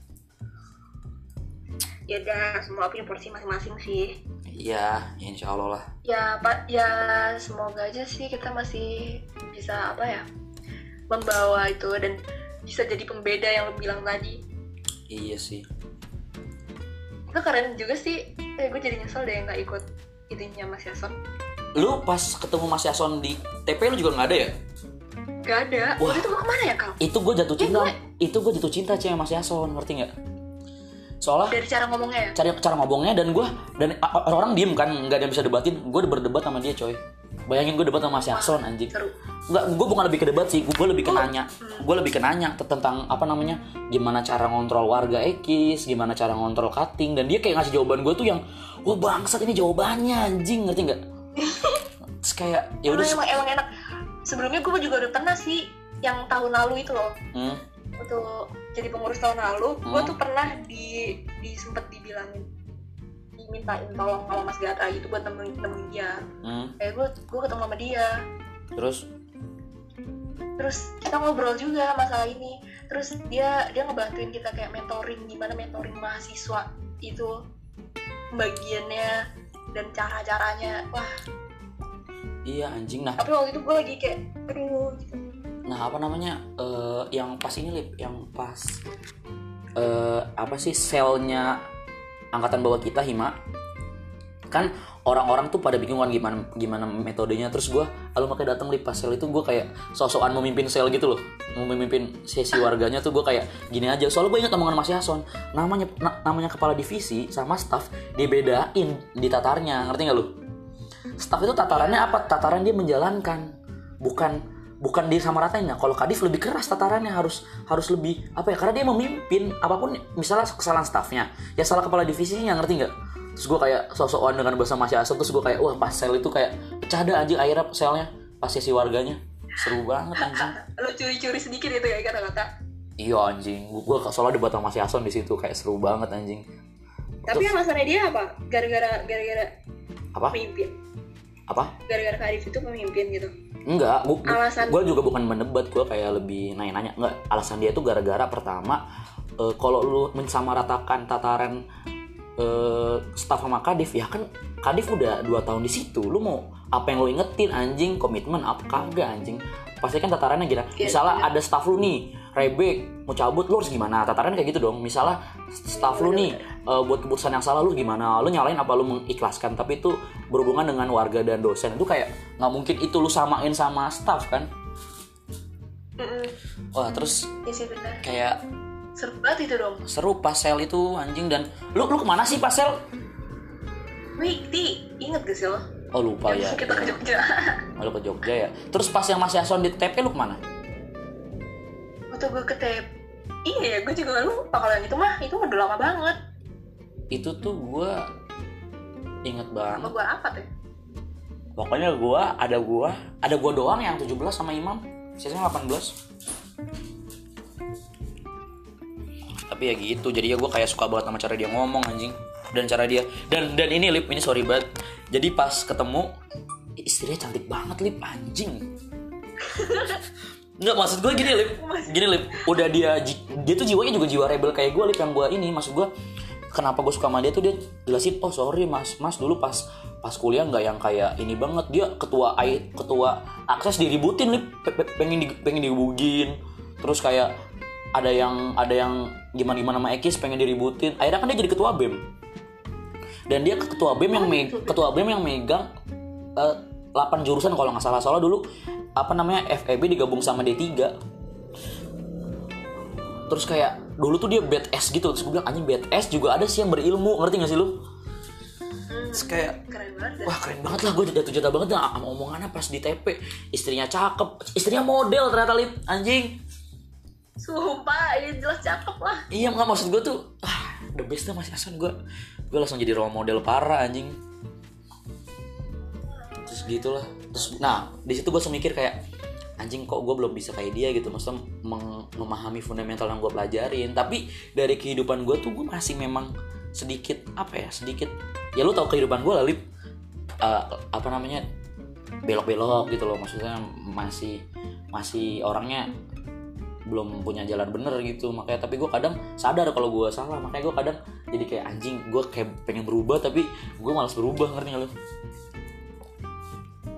Speaker 2: ya udah semua punya porsi masing-masing sih
Speaker 1: iya insya Allah lah
Speaker 2: ya pak ya semoga aja sih kita masih bisa apa ya membawa itu dan bisa jadi pembeda yang lo bilang tadi
Speaker 1: iya sih
Speaker 2: itu keren juga sih eh gue jadi nyesel deh nggak ikut itunya mas Yason
Speaker 1: lu pas ketemu Mas Yason di TP lu juga nggak ada ya
Speaker 2: gak ada
Speaker 1: Wah.
Speaker 2: waktu itu lo kemana ya kal
Speaker 1: itu gue jatuh
Speaker 2: Eh,
Speaker 1: cinta
Speaker 2: gue-
Speaker 1: itu gue jatuh cinta cewek mas Yason ngerti nggak soalnya
Speaker 2: dari cara ngomongnya ya
Speaker 1: cara cara ngomongnya dan gue dan a- a- orang diem kan nggak ada yang bisa debatin gue berdebat sama dia coy bayangin gue debat sama mas Yason anjing
Speaker 2: seru
Speaker 1: nggak gue bukan lebih ke debat sih gue lebih ke
Speaker 2: Oh.
Speaker 1: nanya gue lebih ke nanya te- tentang apa namanya gimana cara ngontrol warga ekis gimana cara ngontrol cutting dan dia kayak ngasih jawaban gue tuh yang wah bangsat ini jawabannya anjing ngerti nggak Terus kayak ya udah
Speaker 2: Karena emang, emang enak. Sebelumnya gue juga udah pernah sih yang tahun lalu itu loh
Speaker 1: hmm,
Speaker 2: untuk jadi pengurus tahun lalu, gue
Speaker 1: Hmm.
Speaker 2: tuh pernah di, di sempet dibilangin dimintain tolong sama Mas Gata gitu buat nemuin nemuin dia.
Speaker 1: hmm.
Speaker 2: Kayak gue gue ketemu sama dia,
Speaker 1: terus
Speaker 2: terus kita ngobrol juga masalah ini. Terus dia dia ngebantuin kita kayak mentoring gimana mentoring mahasiswa itu pembagiannya dan cara-caranya wah
Speaker 1: iya anjing nah
Speaker 2: tapi waktu itu gue lagi kayak aduh gitu.
Speaker 1: nah apa namanya eh, yang pas ini lip yang pas eh, apa sih selnya angkatan bawah kita hima kan orang-orang tuh pada bingung kan gimana gimana metodenya terus gua lalu makanya datang lip pas sel itu gue kayak sosokan memimpin sel gitu loh memimpin sesi warganya tuh gue kayak gini aja soalnya gue ingat omongan Mas Yason namanya na- namanya kepala divisi sama staff dibedain di tatarnya ngerti nggak lu staff itu tatarannya apa tataran dia menjalankan bukan bukan dia sama ratanya kalau kadif lebih keras tatarannya harus harus lebih apa ya karena dia memimpin apapun misalnya kesalahan staffnya ya salah kepala divisinya ngerti nggak terus gue kayak sosokan dengan bahasa Mas Yason terus gue kayak wah pas sel itu kayak pecah dah aja akhirnya selnya pas sesi warganya seru banget anjing
Speaker 2: lo curi-curi sedikit itu ya kata-kata
Speaker 1: iya anjing gue soalnya debat sama Mas Yason di situ kayak seru banget anjing
Speaker 2: tapi alasannya dia apa gara-gara gara-gara
Speaker 1: apa
Speaker 2: pemimpin
Speaker 1: apa
Speaker 2: gara-gara Karif itu pemimpin gitu
Speaker 1: Enggak, gue
Speaker 2: Alasan-
Speaker 1: juga bukan mendebat, gue kayak lebih nanya-nanya. Enggak, alasan dia tuh gara-gara pertama eh, kalau lu mensamaratakan tataran eh, staff sama Kadif ya kan Kadif udah dua tahun di situ. Lu mau apa yang lu ingetin anjing komitmen apa kagak anjing? Pasti kan tatarannya gini.
Speaker 2: Iya,
Speaker 1: Misalnya
Speaker 2: iya.
Speaker 1: ada staff lu nih rebek mau cabut lu harus gimana tatarannya kayak gitu dong misalnya staff lu
Speaker 2: iya.
Speaker 1: nih eh, buat keputusan yang salah lu gimana lu nyalain apa lu mengikhlaskan tapi itu berhubungan dengan warga dan dosen itu kayak nggak mungkin itu lu samain sama staff kan
Speaker 2: Mm-mm.
Speaker 1: wah terus
Speaker 2: Iya sih benar
Speaker 1: kayak
Speaker 2: seru banget itu dong
Speaker 1: seru pasel itu anjing dan lu lu kemana sih pasel
Speaker 2: wih ti inget gak sih lo
Speaker 1: oh lupa ya
Speaker 2: kita ke Jogja
Speaker 1: lu ke Jogja ya terus pas yang masih Yason di TP lu kemana
Speaker 2: waktu gue ke TP iya gue juga lupa kalau yang itu mah itu udah lama banget
Speaker 1: itu tuh gua inget
Speaker 2: sama
Speaker 1: banget
Speaker 2: gue apa E tuh
Speaker 1: pokoknya gua ada gua ada gua doang yang 17 sama Imam sisanya 18 tapi ya gitu jadi ya gua kayak suka banget sama cara dia ngomong anjing dan cara dia dan dan ini lip ini sorry banget jadi pas ketemu istrinya cantik banget lip anjing Nggak maksud gue gini lip gini lip udah dia ji- dia tuh jiwanya juga jiwa rebel kayak gue lip yang gue ini maksud gue kenapa gue suka sama dia tuh dia jelasin oh sorry mas mas dulu pas pas kuliah nggak yang kayak ini banget dia ketua ai ketua akses diributin lip Pe- pe- pengen di, pengen dibugin terus kayak ada yang ada yang gimana gimana sama Ekis pengen diributin akhirnya kan dia jadi ketua bem dan dia ketua BEM yang me- ketua BEM yang megang eh, 8 jurusan kalau nggak salah soalnya dulu apa namanya FEB digabung sama D3 terus kayak dulu tuh dia bad ass gitu terus gue bilang anjing bad ass juga ada sih yang berilmu ngerti gak sih lu terus kayak
Speaker 2: keren banget
Speaker 1: wah keren banget lah gue jatuh jatah banget dah sama omongannya pas di TP istrinya cakep istrinya model ternyata lip anjing
Speaker 2: sumpah ini jelas cakep lah
Speaker 1: iya nggak maksud gue tuh ah, the best dah mas Hasan gue gue langsung jadi role model parah anjing terus gitulah terus nah di situ gue semikir kayak anjing kok gue belum bisa kayak dia gitu maksudnya meng- memahami fundamental yang gue pelajarin tapi dari kehidupan gue tuh gue masih memang sedikit apa ya sedikit ya lu tau kehidupan gue lah lip Eh, apa namanya belok-belok gitu loh maksudnya masih masih orangnya belum punya jalan bener gitu makanya tapi gue kadang sadar kalau gue salah makanya gue kadang jadi kayak anjing gue kayak pengen berubah tapi gue malas berubah ngerti nggak lu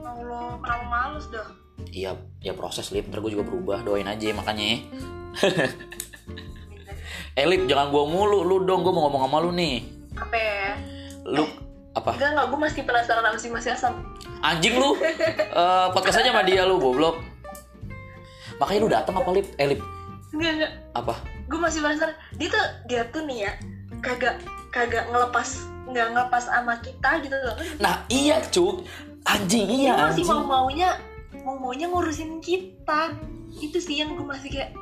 Speaker 2: Allah kenapa males dah
Speaker 1: Iya, ya proses lip. Ntar gue juga berubah. Doain aja makanya. ya. eh lip, jangan gua mulu. Lu dong, gue mau ngomong sama lu nih.
Speaker 2: apa ya
Speaker 1: Lu apa?
Speaker 2: enggak enggak gue masih penasaran sama si Mas Yasan
Speaker 1: Anjing lu. Eh, podcast aja sama dia lu, goblok. Makanya lu datang apa lip? Eh lip,
Speaker 2: enggak enggak
Speaker 1: apa?
Speaker 2: gue masih penasaran dia tuh dia tuh nih ya kagak kagak ngelepas nggak ngelepas sama kita gitu loh
Speaker 1: Nah, iya, Cuk. Anjing,
Speaker 2: dia
Speaker 1: iya, anjing.
Speaker 2: masih mau maunya mau maunya ngurusin kita itu sih yang gue masih kayak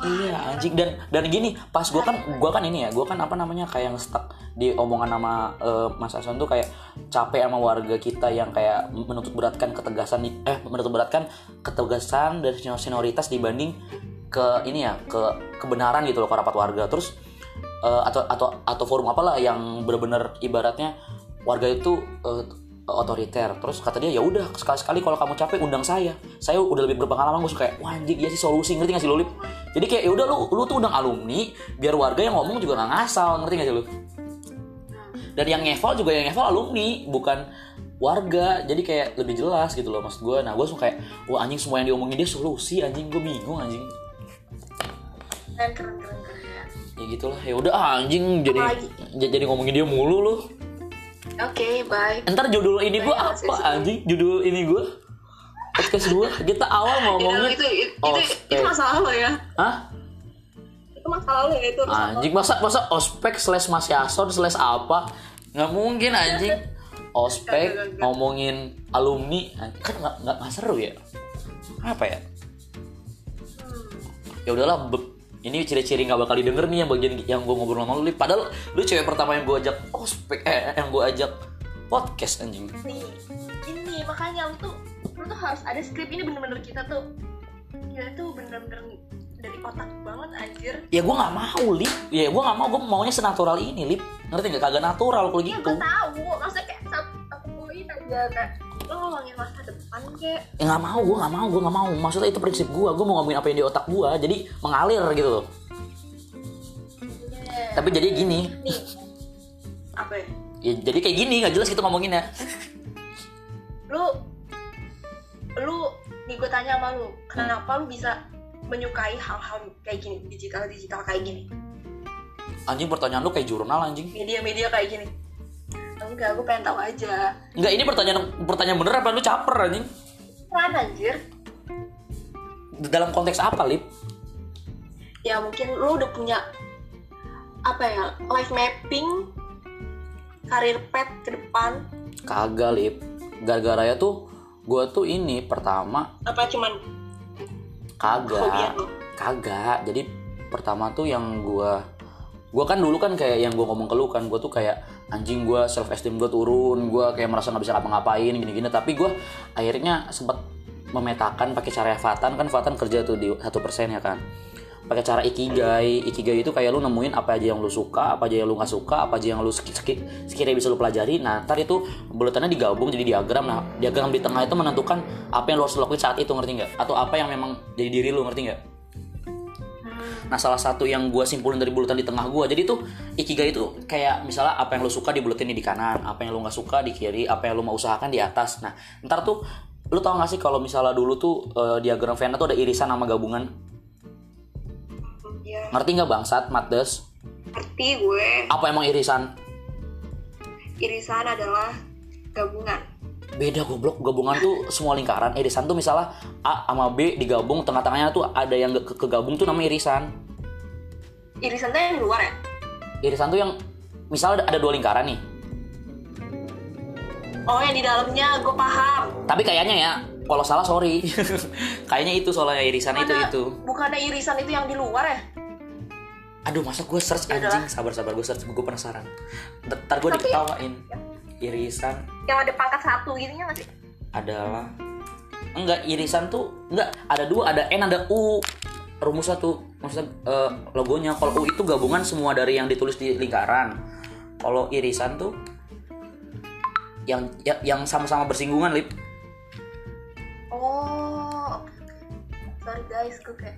Speaker 2: wah,
Speaker 1: Iya
Speaker 2: orang-
Speaker 1: anjing dan dan gini pas gua kan gua kan ini ya gua kan apa namanya kayak yang stuck di omongan sama eh, Mas Ason tuh kayak capek sama warga kita yang kayak menuntut beratkan ketegasan di- eh menuntut beratkan ketegasan dan senior- senioritas dibanding ke ini ya ke kebenaran gitu loh ke rapat warga terus eh, atau atau atau forum apalah yang bener-bener ibaratnya warga itu eh, otoriter terus kata dia ya udah sekali-sekali kalau kamu capek undang saya saya udah lebih berpengalaman gue suka kayak wah anjing iya sih solusi ngerti gak sih Lulip jadi kayak ya udah lu lu tuh undang alumni biar warga yang ngomong juga nggak ngasal ngerti gak sih lu
Speaker 2: Nah,
Speaker 1: dan yang ngeval juga yang ngeval alumni bukan warga jadi kayak lebih jelas gitu loh maksud gue nah gue langsung kayak wah anjing semua yang diomongin dia solusi anjing gue bingung anjing
Speaker 2: keren keren keren keren.
Speaker 1: ya gitulah ya udah ah, anjing jadi
Speaker 2: Apalagi?
Speaker 1: j- jadi ngomongin dia mulu loh
Speaker 2: oke bye
Speaker 1: ntar judul ini gue
Speaker 2: Iya,
Speaker 1: apa
Speaker 2: sih.
Speaker 1: anjing judul ini gue podcast gue kita awal
Speaker 2: Itu,
Speaker 1: ngomongin
Speaker 2: itu, itu,
Speaker 1: ospek
Speaker 2: itu masalah lo ya
Speaker 1: Hah?
Speaker 2: itu masalah lo ya itu urusan lo.
Speaker 1: anjing masa masa ospek slash mas yason slash apa nggak mungkin anjing ospek
Speaker 2: Enggak, enggak, enggak.
Speaker 1: ngomongin alumni anjing. kan nggak nggak nggak seru ya apa ya
Speaker 2: Hmm.
Speaker 1: ya udahlah be- ini ciri-ciri nggak bakal didengar nih yang bagian yang gue ngobrol sama lu Lip. padahal lu cewek pertama yang gue ajak ospek eh yang gue ajak podcast anjing
Speaker 2: nih ini makanya lu tuh lu tuh harus ada skrip ini bener-bener kita tuh kita tuh bener-bener dari otak banget anjir
Speaker 1: ya gue nggak mau lip ya gue nggak mau gue maunya senatural ini lip ngerti nggak kagak natural kalau
Speaker 2: ya
Speaker 1: gitu
Speaker 2: gue tahu maksudnya kayak satu kumpulin aja kayak lo ngomongin masa depan kayak
Speaker 1: ya nggak mau gue nggak mau gue nggak mau maksudnya itu prinsip gue gue mau ngomongin apa yang di otak gue jadi mengalir gitu loh tapi jadi gini
Speaker 2: nih apa ya
Speaker 1: ya, jadi kayak gini nggak jelas gitu ngomonginnya
Speaker 2: lu lu nih gue tanya sama lu kenapa lu bisa menyukai hal-hal kayak gini digital digital kayak gini
Speaker 1: anjing pertanyaan lu kayak jurnal anjing
Speaker 2: media-media kayak gini enggak gue pengen tahu aja
Speaker 1: nggak ini pertanyaan pertanyaan bener apa lu caper anjing
Speaker 2: kan anjir
Speaker 1: dalam konteks apa lip
Speaker 2: ya mungkin lu udah punya apa ya life mapping karir pet ke depan
Speaker 1: kagak lip gara-gara ya tuh gue tuh ini pertama
Speaker 2: apa cuman
Speaker 1: kagak Ya.
Speaker 2: Hobian lu.
Speaker 1: kagak jadi pertama tuh yang gua gua kan dulu kan kayak yang gua ngomong ke lu kan gua tuh kayak anjing gua self esteem gua turun gua kayak merasa nggak bisa ngapa-ngapain gini-gini tapi gua akhirnya sempet memetakan pakai cara Fatan kan Fatan kerja tuh di satu persen ya kan pakai cara ikigai ikigai itu kayak lu nemuin apa aja yang lu suka apa aja yang lu nggak suka apa aja yang lu ski- ski- sekiranya bisa lu pelajari nah ntar itu buletannya digabung jadi diagram nah diagram di tengah itu menentukan apa yang lu harus lakuin saat itu ngerti nggak atau apa yang memang jadi diri lu ngerti nggak Nah salah satu yang gue simpulin dari bulatan di tengah gue Jadi tuh Ikigai itu kayak misalnya apa yang lo suka di bulatannya di kanan Apa yang lo nggak suka di kiri Apa yang lo mau usahakan di atas Nah ntar tuh lo tau gak sih kalau misalnya dulu tuh eh, diagram Venn tuh ada irisan sama gabungan
Speaker 2: ya
Speaker 1: Ngerti nggak bangsat, Matdes?
Speaker 2: ngerti gue
Speaker 1: Apa emang irisan?
Speaker 2: irisan adalah gabungan
Speaker 1: Beda goblok, gabungan tuh semua lingkaran Irisan tuh misalnya A sama B digabung Tengah-tengahnya tuh ada yang ke- kegabung tuh namanya irisan
Speaker 2: irisan tuh yang di luar ya
Speaker 1: Irisan tuh yang misalnya ada- ada dua lingkaran nih
Speaker 2: oh yang di dalamnya gue paham
Speaker 1: Tapi kayaknya ya, kalau salah sorry. kayaknya itu soalnya irisan itu
Speaker 2: Bukannya-
Speaker 1: itu.
Speaker 2: bukannya irisan itu yang di luar ya
Speaker 1: Aduh, masa gue search
Speaker 2: Ya
Speaker 1: anjing? Sabar-sabar gue search, gue penasaran. Ntar gue
Speaker 2: Tapi-
Speaker 1: diketawain. Irisan
Speaker 2: yang ada pangkat satu gitu ya masih
Speaker 1: adalah enggak irisan tuh enggak ada dua ada n ada u rumus satu maksudnya eh, logonya kalau u itu gabungan semua dari yang ditulis di lingkaran kalau irisan tuh yang ya- yang sama-sama bersinggungan lip
Speaker 2: oh sorry guys gue kayak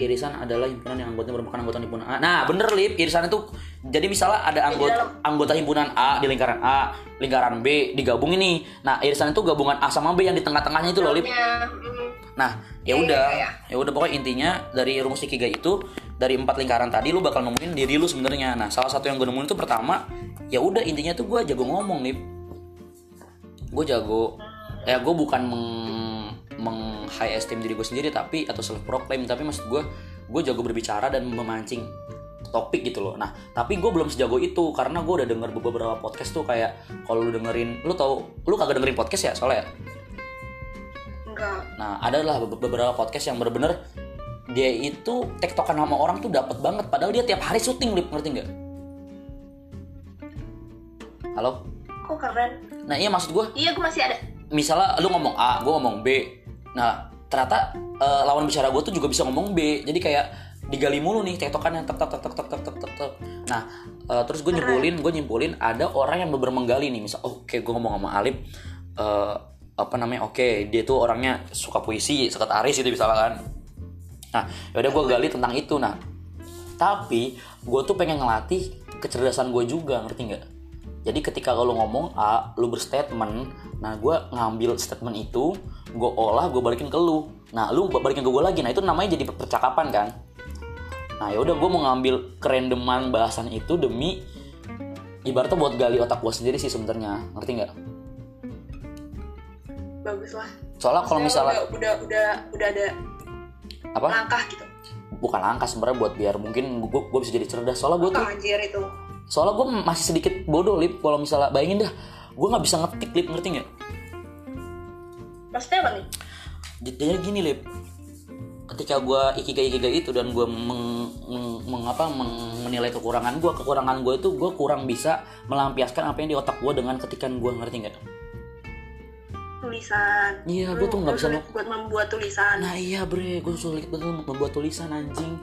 Speaker 1: irisan adalah himpunan yang anggotanya merupakan anggota himpunan A. Nah, bener lip, irisan itu jadi misalnya ada
Speaker 2: dalam.
Speaker 1: anggota anggota himpunan A di lingkaran A, lingkaran B digabung ini. Nah, irisan itu gabungan A sama B yang di tengah-tengahnya itu loh lip.
Speaker 2: Ya, mm,
Speaker 1: Nah, ya
Speaker 2: Iya,
Speaker 1: udah,
Speaker 2: iya,
Speaker 1: ya udah pokoknya intinya dari rumus ikigai itu dari empat lingkaran tadi lu bakal nemuin diri lu sebenarnya. Nah, salah satu yang gue nemuin itu pertama, ya udah intinya tuh gue jago ngomong lip. Gue jago, ya gue bukan meng, meng high esteem diri gue sendiri tapi atau self proclaim tapi maksud gue gue jago berbicara dan memancing topik gitu loh. Nah, tapi gue belum sejago itu karena gue udah denger beberapa podcast tuh kayak kalau lu dengerin, lu tau, lu kagak dengerin podcast ya soalnya. ya?
Speaker 2: enggak
Speaker 1: Nah, adalah be- beberapa podcast yang bener-bener dia itu tektokan sama orang tuh dapat banget padahal dia tiap hari syuting lip ngerti nggak? Halo?
Speaker 2: kok keren
Speaker 1: Nah iya maksud gue
Speaker 2: iya gue masih ada
Speaker 1: misalnya lu ngomong A, gue ngomong B. Nah ternyata eh, lawan bicara gue tuh juga bisa ngomong B. Jadi kayak digali mulu nih tektokan yang tek tek tek tek tek tek tek tek, tek. Nah eh, terus gue nyimpulin, gue nyimpulin ada orang yang bener menggali nih. Misal, oh, oke gue ngomong sama Alip, eh, apa namanya? Oke dia tuh orangnya suka puisi, sekretaris itu misalnya kan. ya Nah yaudah gue gali tentang itu. Nah tapi gue tuh pengen ngelatih kecerdasan gue juga ngerti nggak jadi ketika lo ngomong A, lo berstatement, nah gue ngambil statement itu, gue olah, gue balikin ke lu. Nah lu balikin ke gue lagi, nah itu namanya jadi percakapan kan. Nah yaudah gue mau ngambil kerendeman bahasan itu demi ibaratnya buat gali otak gue sendiri sih sebenarnya, ngerti nggak?
Speaker 2: bagus lah
Speaker 1: Soalnya kalau misalnya
Speaker 2: udah, udah udah udah ada
Speaker 1: apa?
Speaker 2: langkah gitu
Speaker 1: Bukan langkah sebenarnya buat biar mungkin gue gue bisa jadi cerdas. Soalnya gue tuh
Speaker 2: Bukan anjir itu
Speaker 1: soalnya gue masih sedikit bodoh lip kalau misalnya bayangin dah gue nggak bisa ngetik lip ngerti nggak
Speaker 2: maksudnya apa nih
Speaker 1: jadi gini lip ketika gue ikigai ikigai itu dan gue meng, meng- mengapa meng- menilai kekurangan gue kekurangan gue itu gue kurang bisa melampiaskan apa yang di otak gue dengan ketikan gue ngerti nggak
Speaker 2: tulisan
Speaker 1: Iya,
Speaker 2: Lu-
Speaker 1: gua tuh nggak
Speaker 2: lu
Speaker 1: bisa
Speaker 2: sulit buat membuat tulisan
Speaker 1: nah iya bre gue sulit banget membuat tulisan anjing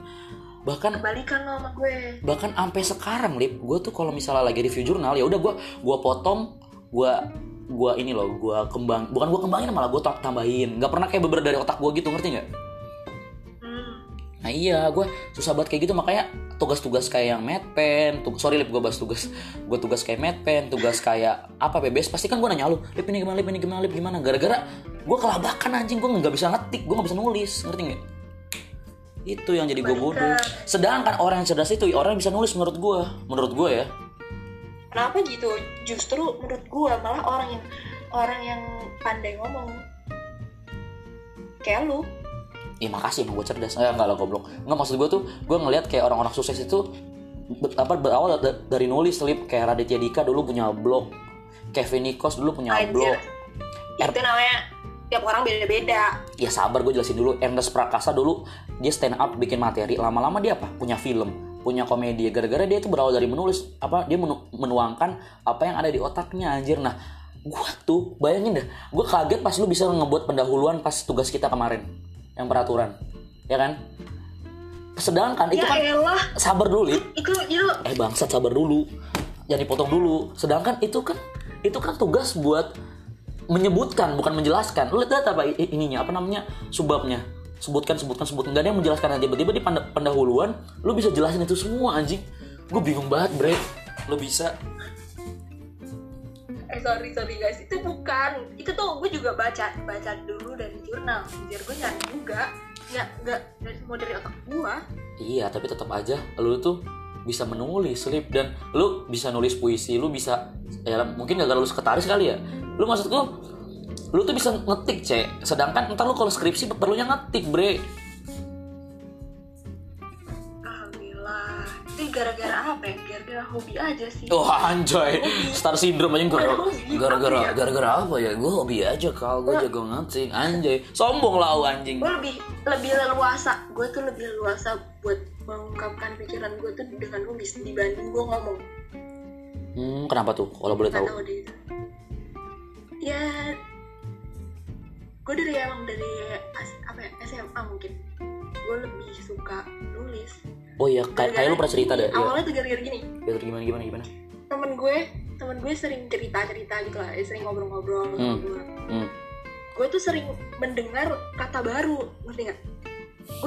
Speaker 1: bahkan
Speaker 2: balikan lo sama gue
Speaker 1: bahkan sampai sekarang lip gue tuh kalau misalnya lagi review jurnal ya udah gue gua potong gue gua ini loh gue kembang bukan gue kembangin malah gue tambahin nggak pernah kayak beber dari otak gue gitu ngerti nggak
Speaker 2: hmm.
Speaker 1: Nah iya, gue susah banget kayak gitu makanya tugas-tugas kayak yang medpen, tug- sorry lip gue bahas tugas, gue tugas kayak medpen, tugas kayak apa PBS pasti kan gue nanya lu, lip ini gimana, lip ini gimana, lip gimana, gara-gara gue kelabakan anjing, gue nggak bisa ngetik, gue nggak bisa nulis, ngerti nggak? Itu yang jadi gue bodoh. Sedangkan orang yang cerdas itu orang yang bisa nulis menurut gue, menurut gue ya.
Speaker 2: kenapa gitu justru menurut gue malah orang yang orang yang pandai ngomong kayak lu
Speaker 1: Iya makasih emang gue cerdas, eh, enggak lah goblok. Enggak maksud gue tuh, gue ngelihat kayak orang-orang sukses itu ber- apa berawal da- dari nulis lip kayak Raditya Dika dulu punya blog, Kevin Nikos dulu punya
Speaker 2: Anjir.
Speaker 1: blog. Er-
Speaker 2: itu namanya tiap orang beda-beda
Speaker 1: ya sabar gue jelasin dulu Ernest Prakasa dulu dia stand up bikin materi lama-lama dia apa punya film punya komedi gara-gara dia itu berawal dari menulis apa dia menu- menuangkan apa yang ada di otaknya anjir nah gua tuh bayangin dah gue kaget pas lu bisa ngebuat pendahuluan pas tugas kita kemarin yang peraturan ya kan sedangkan itu
Speaker 2: ya
Speaker 1: kan
Speaker 2: elah
Speaker 1: sabar dulu Lid.
Speaker 2: itu itu
Speaker 1: eh bangsat sabar dulu jangan dipotong dulu sedangkan itu kan itu kan tugas buat menyebutkan bukan menjelaskan lu lihat apa i- i- ininya apa namanya subabnya sebutkan sebutkan sebutkan gak ada yang menjelaskan aja tiba-tiba di panda- pendahuluan lu bisa jelasin itu semua anjing gue bingung banget bre lu bisa
Speaker 2: eh sorry sorry guys itu bukan itu tuh gue juga baca baca dulu dari jurnal biar gue nyari juga nggak nggak dari semua dari otak gue
Speaker 1: Iya, tapi tetap aja lu tuh bisa menulis slip dan lu bisa nulis puisi, lu bisa ya mungkin gak gara lu sekretaris kali ya. Lu maksudku lu tuh bisa ngetik, Cek. Sedangkan ntar lu kalau skripsi perlunya ngetik, Bre.
Speaker 2: alhamdulillah ini gara-gara apa ya gara-gara hobi aja sih
Speaker 1: Wah, anjay. Star syndrome aja gara gara-gara
Speaker 2: Apa ya?
Speaker 1: gara-gara apa ya? Gue hobi aja kalau gue jago ngetik, anjay. Sombong lah lu, anjing.
Speaker 2: gue lebih lebih leluasa gue tuh lebih leluasa buat mengungkapkan pikiran gue tuh dengan nulis dibanding gue ngomong
Speaker 1: Hmm, kenapa tuh? Kalau boleh tahu.
Speaker 2: nggak tahu deh itu ya gue dari emang dari as- apa ya, SMA mungkin gue lebih suka nulis
Speaker 1: Oh iya, kayak kayak lu pernah cerita deh. Iya.
Speaker 2: awalnya tuh gara-gara gini
Speaker 1: Ya, terus gimana gimana gimana?
Speaker 2: temen gue temen gue sering cerita cerita gitu lah eh, sering ngobrol-ngobrol sama
Speaker 1: Hmm.
Speaker 2: gue
Speaker 1: Hmm.
Speaker 2: gue tuh sering mendengar kata baru ngerti nggak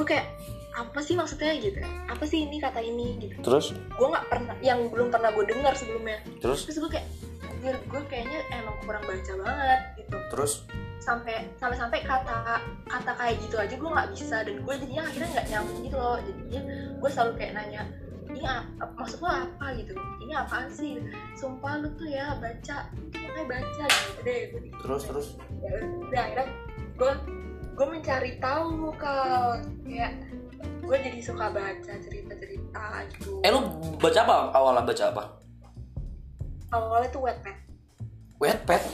Speaker 2: gue kayak apa sih maksudnya gitu apa sih ini kata ini gitu
Speaker 1: Terus
Speaker 2: gue nggak pernah yang belum pernah gue dengar sebelumnya
Speaker 1: terus
Speaker 2: terus gue kayak anjir gue kayaknya emang kurang baca banget gitu
Speaker 1: terus
Speaker 2: sampai sampai sampai kata kata kayak gitu aja gue nggak bisa dan gue jadinya akhirnya nggak nyambung gitu loh jadinya gue selalu kayak nanya ini apa, maksud lo apa gitu ini apaan sih sumpah lu tuh ya baca lu tuh makanya baca gitu deh gue di-
Speaker 1: terus terus
Speaker 2: ya udah akhirnya gue gue mencari tahu kau kayak gue jadi suka baca cerita cerita gitu
Speaker 1: Eh lu baca apa awalnya baca apa?
Speaker 2: awalnya tuh wetpad
Speaker 1: Wattpad.
Speaker 2: Eh,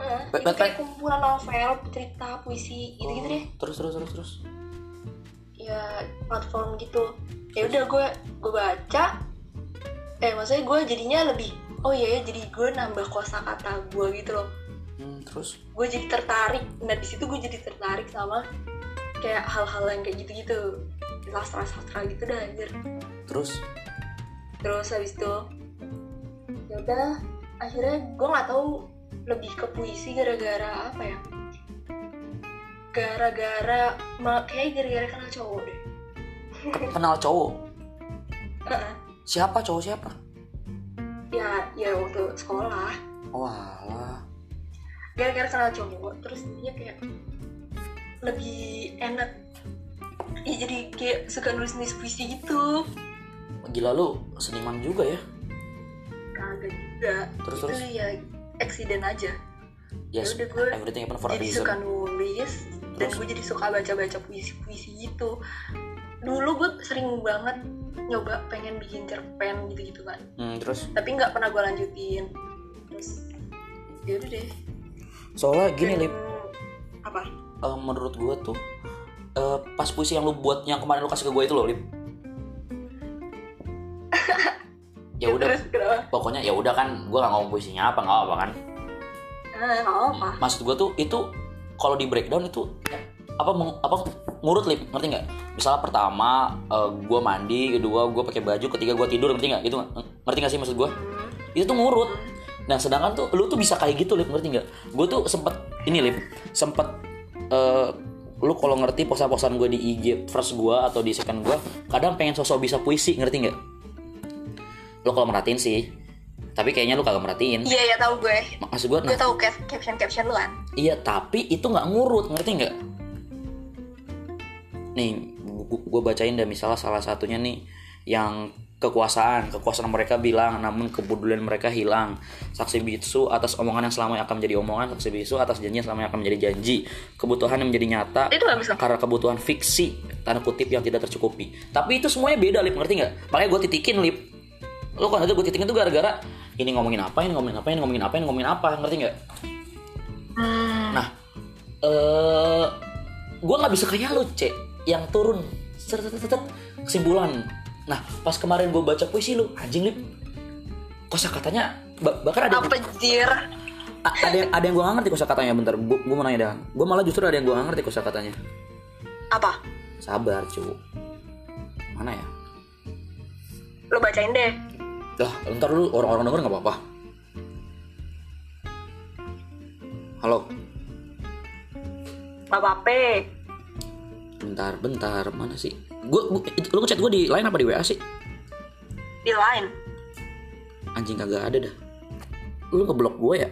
Speaker 1: Wet- Oh.
Speaker 2: itu
Speaker 1: Wattpad?
Speaker 2: kayak kumpulan novel cerita puisi gitu gitu deh
Speaker 1: Terus terus terus terus.
Speaker 2: ya platform gitu ya udah gue gue baca eh maksudnya gue jadinya lebih oh iya ya jadi gue nambah kosakata gue gitu loh
Speaker 1: Hmm, terus
Speaker 2: gue jadi tertarik nah di situ gue jadi tertarik sama kayak hal-hal yang kayak gitu-gitu sastra sastra gitu dah anjir
Speaker 1: terus
Speaker 2: terus habis itu ya udah akhirnya gue nggak tahu lebih ke puisi gara-gara apa ya gara-gara ma- kayaknya gara-gara kenal cowok deh
Speaker 1: kenal cowok.
Speaker 2: Heeh.
Speaker 1: Siapa cowok siapa?
Speaker 2: ya ya waktu sekolah
Speaker 1: Walah.
Speaker 2: gara-gara kenal cowok terus dia kayak lebih enak ya jadi kayak suka nulis nulis puisi gitu
Speaker 1: Gila lu seniman juga ya.
Speaker 2: kagak juga
Speaker 1: Terus,
Speaker 2: itu
Speaker 1: terus?
Speaker 2: ya accident aja
Speaker 1: Yes.
Speaker 2: ya udah gue
Speaker 1: Everything happen for a
Speaker 2: jadi
Speaker 1: reason.
Speaker 2: suka nulis dan
Speaker 1: Terus?
Speaker 2: gue jadi suka baca baca puisi puisi gitu dulu gue sering banget nyoba pengen bikin cerpen gitu gitu kan
Speaker 1: Hmm, terus
Speaker 2: tapi nggak pernah gue lanjutin terus ya udah deh
Speaker 1: soalnya gini
Speaker 2: Dan-
Speaker 1: Lip,
Speaker 2: apa
Speaker 1: eh, menurut gua tuh eh, pas puisi yang lu buat yang kemarin lu kasih ke gua itu loh Lip. ya udah
Speaker 2: terus kenapa
Speaker 1: pokoknya ya udah kan gua nggak ngomong puisinya apa nggak apa kan
Speaker 2: ah nggak apa
Speaker 1: maksud gue tuh itu kalau di breakdown itu apa meng- apa ngurut lip ngerti nggak misalnya pertama gue mandi kedua gue pakai baju ketiga gue tidur ngerti nggak gitu nggak? ngerti nggak sih maksud gue itu tuh ngurut nah sedangkan tuh lu tuh bisa kayak gitu lip ngerti nggak gue tuh sempet ini lip sempet eh, lu kalau ngerti posan-posan gue di IG first gue atau di second gue kadang pengen sosok bisa puisi ngerti nggak lu kalau merhatiin sih tapi kayaknya lu kagak merhatiin
Speaker 2: iya ya tahu gue
Speaker 1: maksud nah, gue
Speaker 2: gue tahu caption caption lu kan
Speaker 1: Iya, tapi itu nggak ngurut, ngerti nggak? Nih, gue bacain deh misalnya salah satunya nih yang kekuasaan, kekuasaan mereka bilang, namun kebodohan mereka hilang. Saksi bisu atas omongan yang selama akan menjadi omongan, saksi bisu atas janji yang selama akan menjadi janji. Kebutuhan yang menjadi nyata
Speaker 2: itu bagus kan
Speaker 1: karena kebutuhan fiksi, tanda kutip yang tidak tercukupi. Tapi itu semuanya beda, Lip, ngerti nggak? Makanya gue titikin, Lip. Lo kan nanti gue titikin tuh gara-gara ini ngomongin apa, ini ngomongin apa, ini ngomongin apa, ini ngomongin apa, ngerti nggak?
Speaker 2: hmm.
Speaker 1: Nah, eh gue nggak bisa kayak lo, cek yang turun set, set, set, set, kesimpulan. Nah, pas kemarin gue baca puisi lu, anjing lip, kosa katanya bahkan ada
Speaker 2: apa jir
Speaker 1: a- ada yang ada yang gue ngerti kosa katanya bentar gue mau nanya dah gue malah justru ada yang gue ngerti kosa katanya
Speaker 2: apa
Speaker 1: sabar cu mana ya
Speaker 2: lo bacain deh
Speaker 1: lah bentar dulu orang-orang denger nggak apa-apa halo
Speaker 2: nggak apa-apa
Speaker 1: bentar bentar mana sih gue lu chat gue di line apa di wa sih
Speaker 2: di lain
Speaker 1: anjing kagak ada dah lu ngeblok gue ya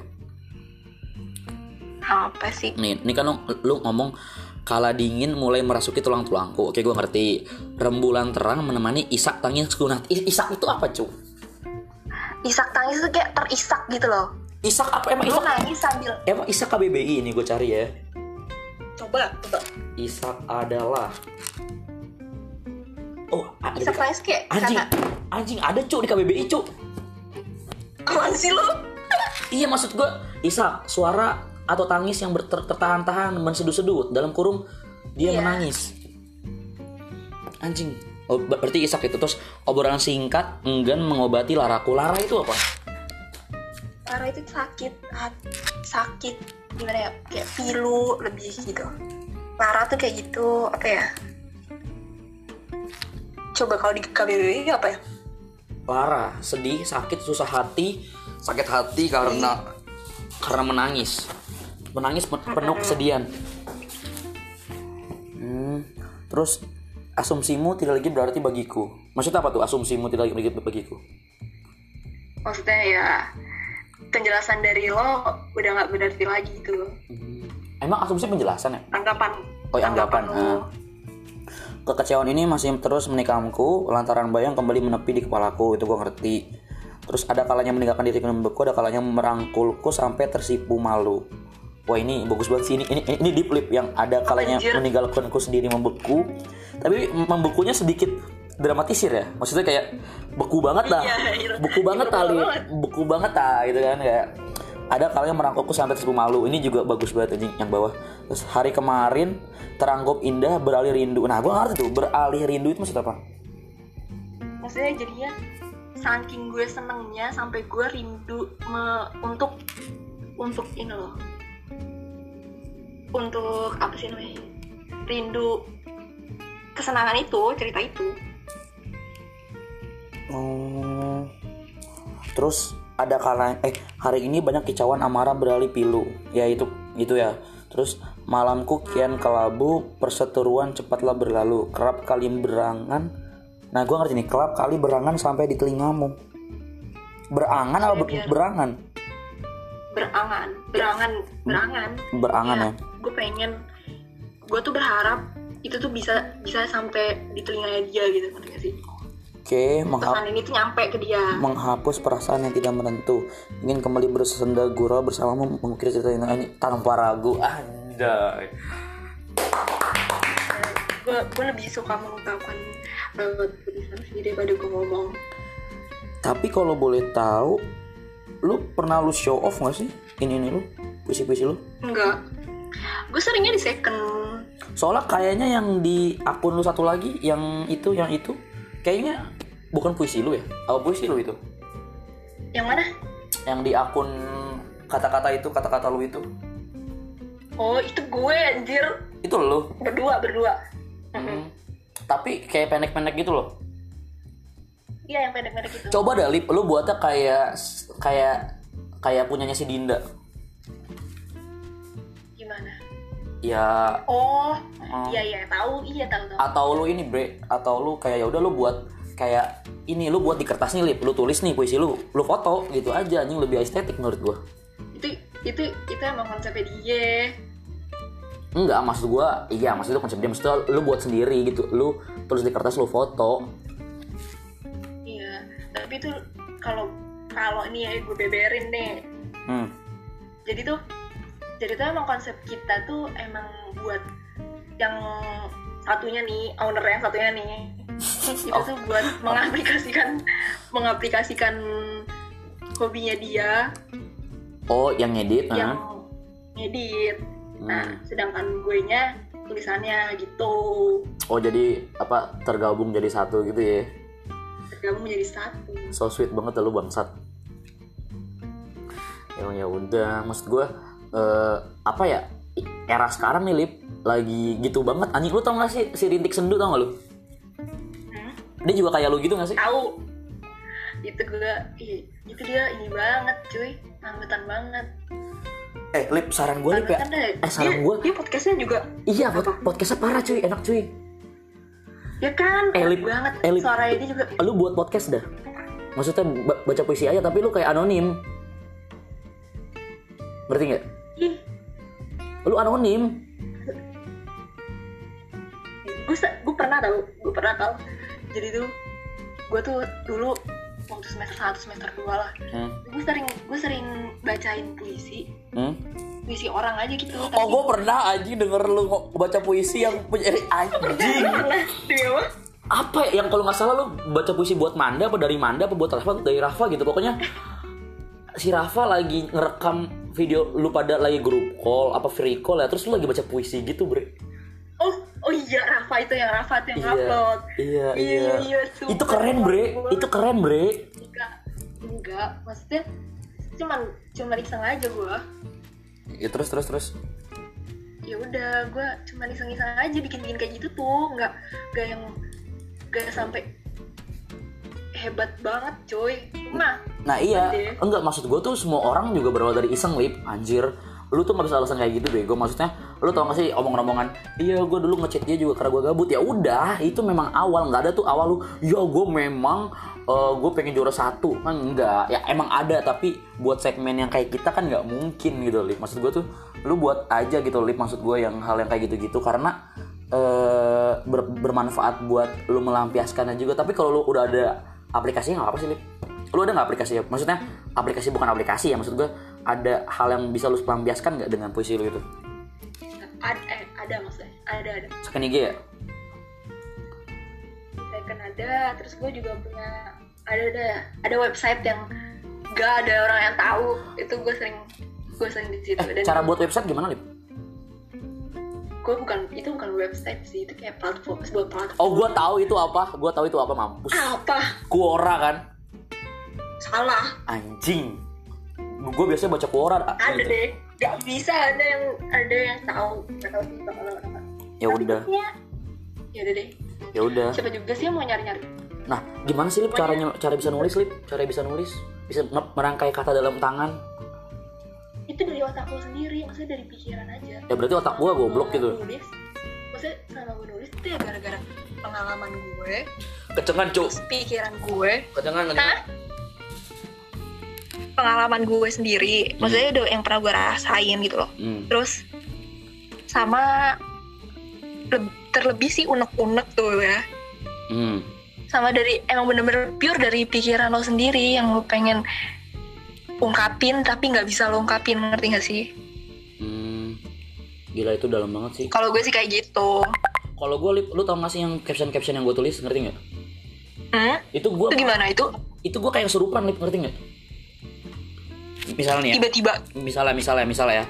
Speaker 2: apa sih
Speaker 1: nih ini kan lu, lu ngomong kala dingin mulai merasuki tulang tulangku oke gue ngerti rembulan terang menemani isak tangis kunat I- isak itu apa cu
Speaker 2: isak tangis tuh kayak terisak gitu loh
Speaker 1: isak apa emang
Speaker 2: lo
Speaker 1: isak
Speaker 2: nangis sambil
Speaker 1: emang isak KBBI ini gue cari ya
Speaker 2: coba coba
Speaker 1: isak adalah oh ada
Speaker 2: isak
Speaker 1: di-
Speaker 2: tangis kayak
Speaker 1: anjing
Speaker 2: kata
Speaker 1: anjing ada cu di KBBI cu
Speaker 2: apaan sih lo
Speaker 1: Iya maksud gue Isak suara atau tangis yang berter- tertahan-tahan menseduh-seduh dalam kurung dia
Speaker 2: Iya.
Speaker 1: menangis anjing oh, ber- berarti Isak itu terus obrolan singkat enggan mengobati laraku lara itu apa
Speaker 2: Lara itu sakit hat- sakit gimana ya kayak pilu lebih gitu Lara tuh kayak gitu apa ya coba kalau di KBBI apa ya
Speaker 1: lara sedih sakit susah hati sakit hati karena karena menangis menangis pe- penuh kesedihan hmm. terus asumsimu tidak lagi berarti bagiku maksudnya apa tuh asumsimu tidak lagi berarti bagiku
Speaker 2: maksudnya ya penjelasan dari lo udah nggak berarti lagi gitu loh
Speaker 1: Emang asumsi penjelasan ya?
Speaker 2: anggapan
Speaker 1: Oh, ya, anggapan,
Speaker 2: lo.
Speaker 1: ah. Kekecewaan ini masih terus menikamku lantaran bayang kembali menepi di kepalaku itu gua ngerti. Terus ada kalanya meninggalkan diriku dengan beku, ada kalanya merangkulku sampai tersipu malu. Wah ini bagus banget sih ini ini ini, ini deep lip yang ada kalanya
Speaker 2: Anjir.
Speaker 1: meninggalkanku sendiri membeku, tapi membekunya sedikit dramatisir ya. Maksudnya kayak beku banget dah,
Speaker 2: Iya, iya.
Speaker 1: beku banget
Speaker 2: Beku
Speaker 1: tali,
Speaker 2: banget.
Speaker 1: beku banget ah gitu kan kayak ada kalanya merangkulku sampai tersipu malu ini juga bagus banget anjing yang bawah terus hari kemarin teranggup indah beralih rindu nah gue ngerti tuh beralih rindu itu maksud apa
Speaker 2: maksudnya jadinya saking gue senengnya sampai gue rindu me- untuk untuk ini loh untuk apa sih namanya rindu kesenangan itu cerita itu
Speaker 1: Hmm. terus ada kalanya eh hari ini banyak kicauan amarah beralih pilu ya itu gitu ya terus malamku kian kelabu perseteruan cepatlah berlalu kerap kali berangan Nah gue ngerti nih kelap kali berangan sampai di telingamu. Berangan atau ber-
Speaker 2: Biar-
Speaker 1: berangan?
Speaker 2: berangan berangan berangan Iya,
Speaker 1: Berangan ya.
Speaker 2: gue pengen gue tuh berharap itu tuh bisa bisa sampai di telinganya dia gitu ngerti gak sih
Speaker 1: Oke, menghap-
Speaker 2: pesan ini tuh nyampe ke dia
Speaker 1: menghapus perasaan yang tidak menentu. Ingin kembali bersenda gurau bersamamu mengukir cerita eh, ini tanpa ragu. Anjay.
Speaker 2: gue gue lebih suka mengungkapkan eh, tulisan sendiri daripada gue ngomong
Speaker 1: Tapi kalau boleh tahu, lu pernah lu show off gak sih? Ini ini lu, puisi-puisi lu.
Speaker 2: enggak gue seringnya di second
Speaker 1: Soalnya kayaknya yang di akun lu satu lagi, yang itu, yang itu, kayaknya bukan puisi lu ya? Apa puisi lu itu?
Speaker 2: yang mana
Speaker 1: Yang di akun kata-kata itu, kata-kata lu itu,
Speaker 2: oh itu gue anjir
Speaker 1: itu lu. Hmm.
Speaker 2: berdua berdua Mm-mm.
Speaker 1: Tapi kayak pendek-pendek gitu loh.
Speaker 2: iya yang pendek-pendek gitu
Speaker 1: Coba dah lip, lu buatnya kayak kayak kayak punyanya si Dinda.
Speaker 2: gimana
Speaker 1: Ya
Speaker 2: oh iya iya tahu iya tahu tahu
Speaker 1: atau lu ini bre atau lu kayak ya udah lu buat kayak ini lu buat di kertas nih lip lu tulis nih puisi lu lu foto gitu aja anjing lebih estetik menurut gua
Speaker 2: itu itu itu emang konsepnya dia
Speaker 1: enggak maksud gua iya maksud itu konsep dia maksudnya lu buat sendiri gitu lu tulis di kertas lu foto
Speaker 2: iya tapi itu kalau kalau ini ya gue beberin deh
Speaker 1: hmm.
Speaker 2: jadi tuh jadi tuh emang konsep kita tuh emang buat yang satunya nih owner yang satunya nih itu tuh
Speaker 1: Oh.
Speaker 2: buat mengaplikasikan mengaplikasikan hobinya dia
Speaker 1: oh yang ngedit
Speaker 2: yang
Speaker 1: nah.
Speaker 2: ngedit nah
Speaker 1: Hmm.
Speaker 2: sedangkan gue nya tulisannya gitu
Speaker 1: oh jadi apa tergabung jadi satu gitu ya
Speaker 2: tergabung menjadi satu
Speaker 1: so sweet banget ya lu bangsat emang ya udah maksud gue apa ya era sekarang nih lip lagi gitu banget anjing lu tau gak sih si rintik sendu tau gak lu
Speaker 2: Hmm.
Speaker 1: dia juga kayak lu gitu gak sih
Speaker 2: tahu itu gue ih, itu dia ini banget cuy anggutan banget
Speaker 1: eh lip saran gue lip ya
Speaker 2: Anggutan deh.
Speaker 1: eh, saran
Speaker 2: Dia-
Speaker 1: gua.
Speaker 2: dia podcastnya juga
Speaker 1: iya pod- podcastnya parah cuy enak cuy
Speaker 2: ya kan
Speaker 1: Elip.
Speaker 2: enak banget
Speaker 1: Elip.
Speaker 2: suaranya dia juga
Speaker 1: lu buat podcast dah maksudnya ba- baca puisi aja tapi lu kayak anonim ngerti nggak
Speaker 2: ih
Speaker 1: lu anonim
Speaker 2: gue gue pernah tau gue pernah tau jadi tuh gue tuh dulu waktu semester 1 semester 2 lah
Speaker 1: hmm.
Speaker 2: gue sering gue sering bacain puisi
Speaker 1: Hmm?
Speaker 2: puisi orang aja gitu
Speaker 1: oh gue pernah anjing denger lu ngo- baca puisi yang punya eh, anjing
Speaker 2: pernah demi apa
Speaker 1: apa ya, yang kalau nggak salah lo baca puisi buat Manda apa dari Manda apa buat Rafa dari Rafa gitu pokoknya si Rafa lagi ngerekam video lu pada lagi grup call apa free call ya terus lu lagi baca puisi gitu bre
Speaker 2: oh oh iya Rafa itu yang Rafa tuh yang
Speaker 1: Iya,
Speaker 2: upload
Speaker 1: iya
Speaker 2: Iya,
Speaker 1: iya
Speaker 2: iya, sumpah.
Speaker 1: itu keren bre itu keren bre
Speaker 2: enggak enggak maksudnya cuman cuman iseng aja gue
Speaker 1: ya terus terus terus
Speaker 2: ya udah gue cuma iseng-iseng aja bikin-bikin kayak gitu tuh nggak nggak yang nggak sampai hebat banget coy nah
Speaker 1: nah iya
Speaker 2: Iya.
Speaker 1: enggak maksud gue tuh semua orang juga berawal dari iseng lip anjir lu tuh nggak bisa alasan kayak gitu bego maksudnya lu tau gak sih omong-omongan iya gue dulu ngechat dia juga karena gue gabut ya udah itu memang awal nggak ada tuh awal lu ya gue memang gue pengen juara satu kan enggak ya emang ada tapi buat segmen yang kayak kita kan nggak mungkin gitu lip maksud gue tuh lu buat aja gitu lip maksud gue yang hal yang kayak gitu-gitu karena eh, ber- bermanfaat buat lu melampiaskannya juga tapi kalau lu udah ada aplikasinya nggak apa sih lip lu ada nggak aplikasi maksudnya aplikasi bukan aplikasi ya maksud gue ada hal yang bisa lu pelampiaskan nggak dengan puisi lu gitu? itu
Speaker 2: ada eh, ada maksudnya ada ada
Speaker 1: second IG ya
Speaker 2: second kan ada terus gue juga punya ada ada ada website yang nggak ada orang yang tahu itu gue sering gue sering di situ
Speaker 1: eh
Speaker 2: dan
Speaker 1: cara buat website gimana lip
Speaker 2: gue bukan itu bukan website sih itu kayak platform sebuah platform
Speaker 1: oh gue tahu itu apa gue tahu itu apa mampus
Speaker 2: apa
Speaker 1: Quora kan
Speaker 2: salah
Speaker 1: anjing gue biasanya baca Quora
Speaker 2: ada deh nggak bisa ada yang ada yang tahu nggak tahu sih bakal apa
Speaker 1: ya udah
Speaker 2: ya udah deh
Speaker 1: ya udah
Speaker 2: siapa juga sih yang mau nyari-nyari
Speaker 1: nah gimana sih lip caranya cara bisa nulis lip cara bisa nulis bisa me- merangkai kata dalam tangan
Speaker 2: itu dari otak lo sendiri maksudnya dari pikiran aja
Speaker 1: ya berarti otak gue goblok gitu
Speaker 2: Nulis, maksudnya kenapa gue nulis itu ya gara-gara pengalaman gue
Speaker 1: kecengan cuk
Speaker 2: pikiran gue
Speaker 1: kecengan kecengan
Speaker 2: Hah? pengalaman gue sendiri maksudnya udah yang pernah gue rasain gitu loh
Speaker 1: hmm.
Speaker 2: terus sama leb- terlebih sih unek-unek tuh ya
Speaker 1: hmm.
Speaker 2: sama dari emang bener-bener pure dari pikiran lo sendiri yang lo pengen ungkapin tapi nggak bisa lo ungkapin ngerti gak sih
Speaker 1: Hmm. Gila itu dalam banget sih.
Speaker 2: kalau gue sih kayak gitu
Speaker 1: Kalau gue lip, lu tau gak sih yang caption-caption yang gue tulis ngerti nggak?
Speaker 2: hmm?
Speaker 1: Itu gue
Speaker 2: itu gimana itu
Speaker 1: itu gue kayak kesurupan lip ngerti nggak? Misalnya nih ya,
Speaker 2: tiba-tiba
Speaker 1: misalnya misalnya misalnya ya,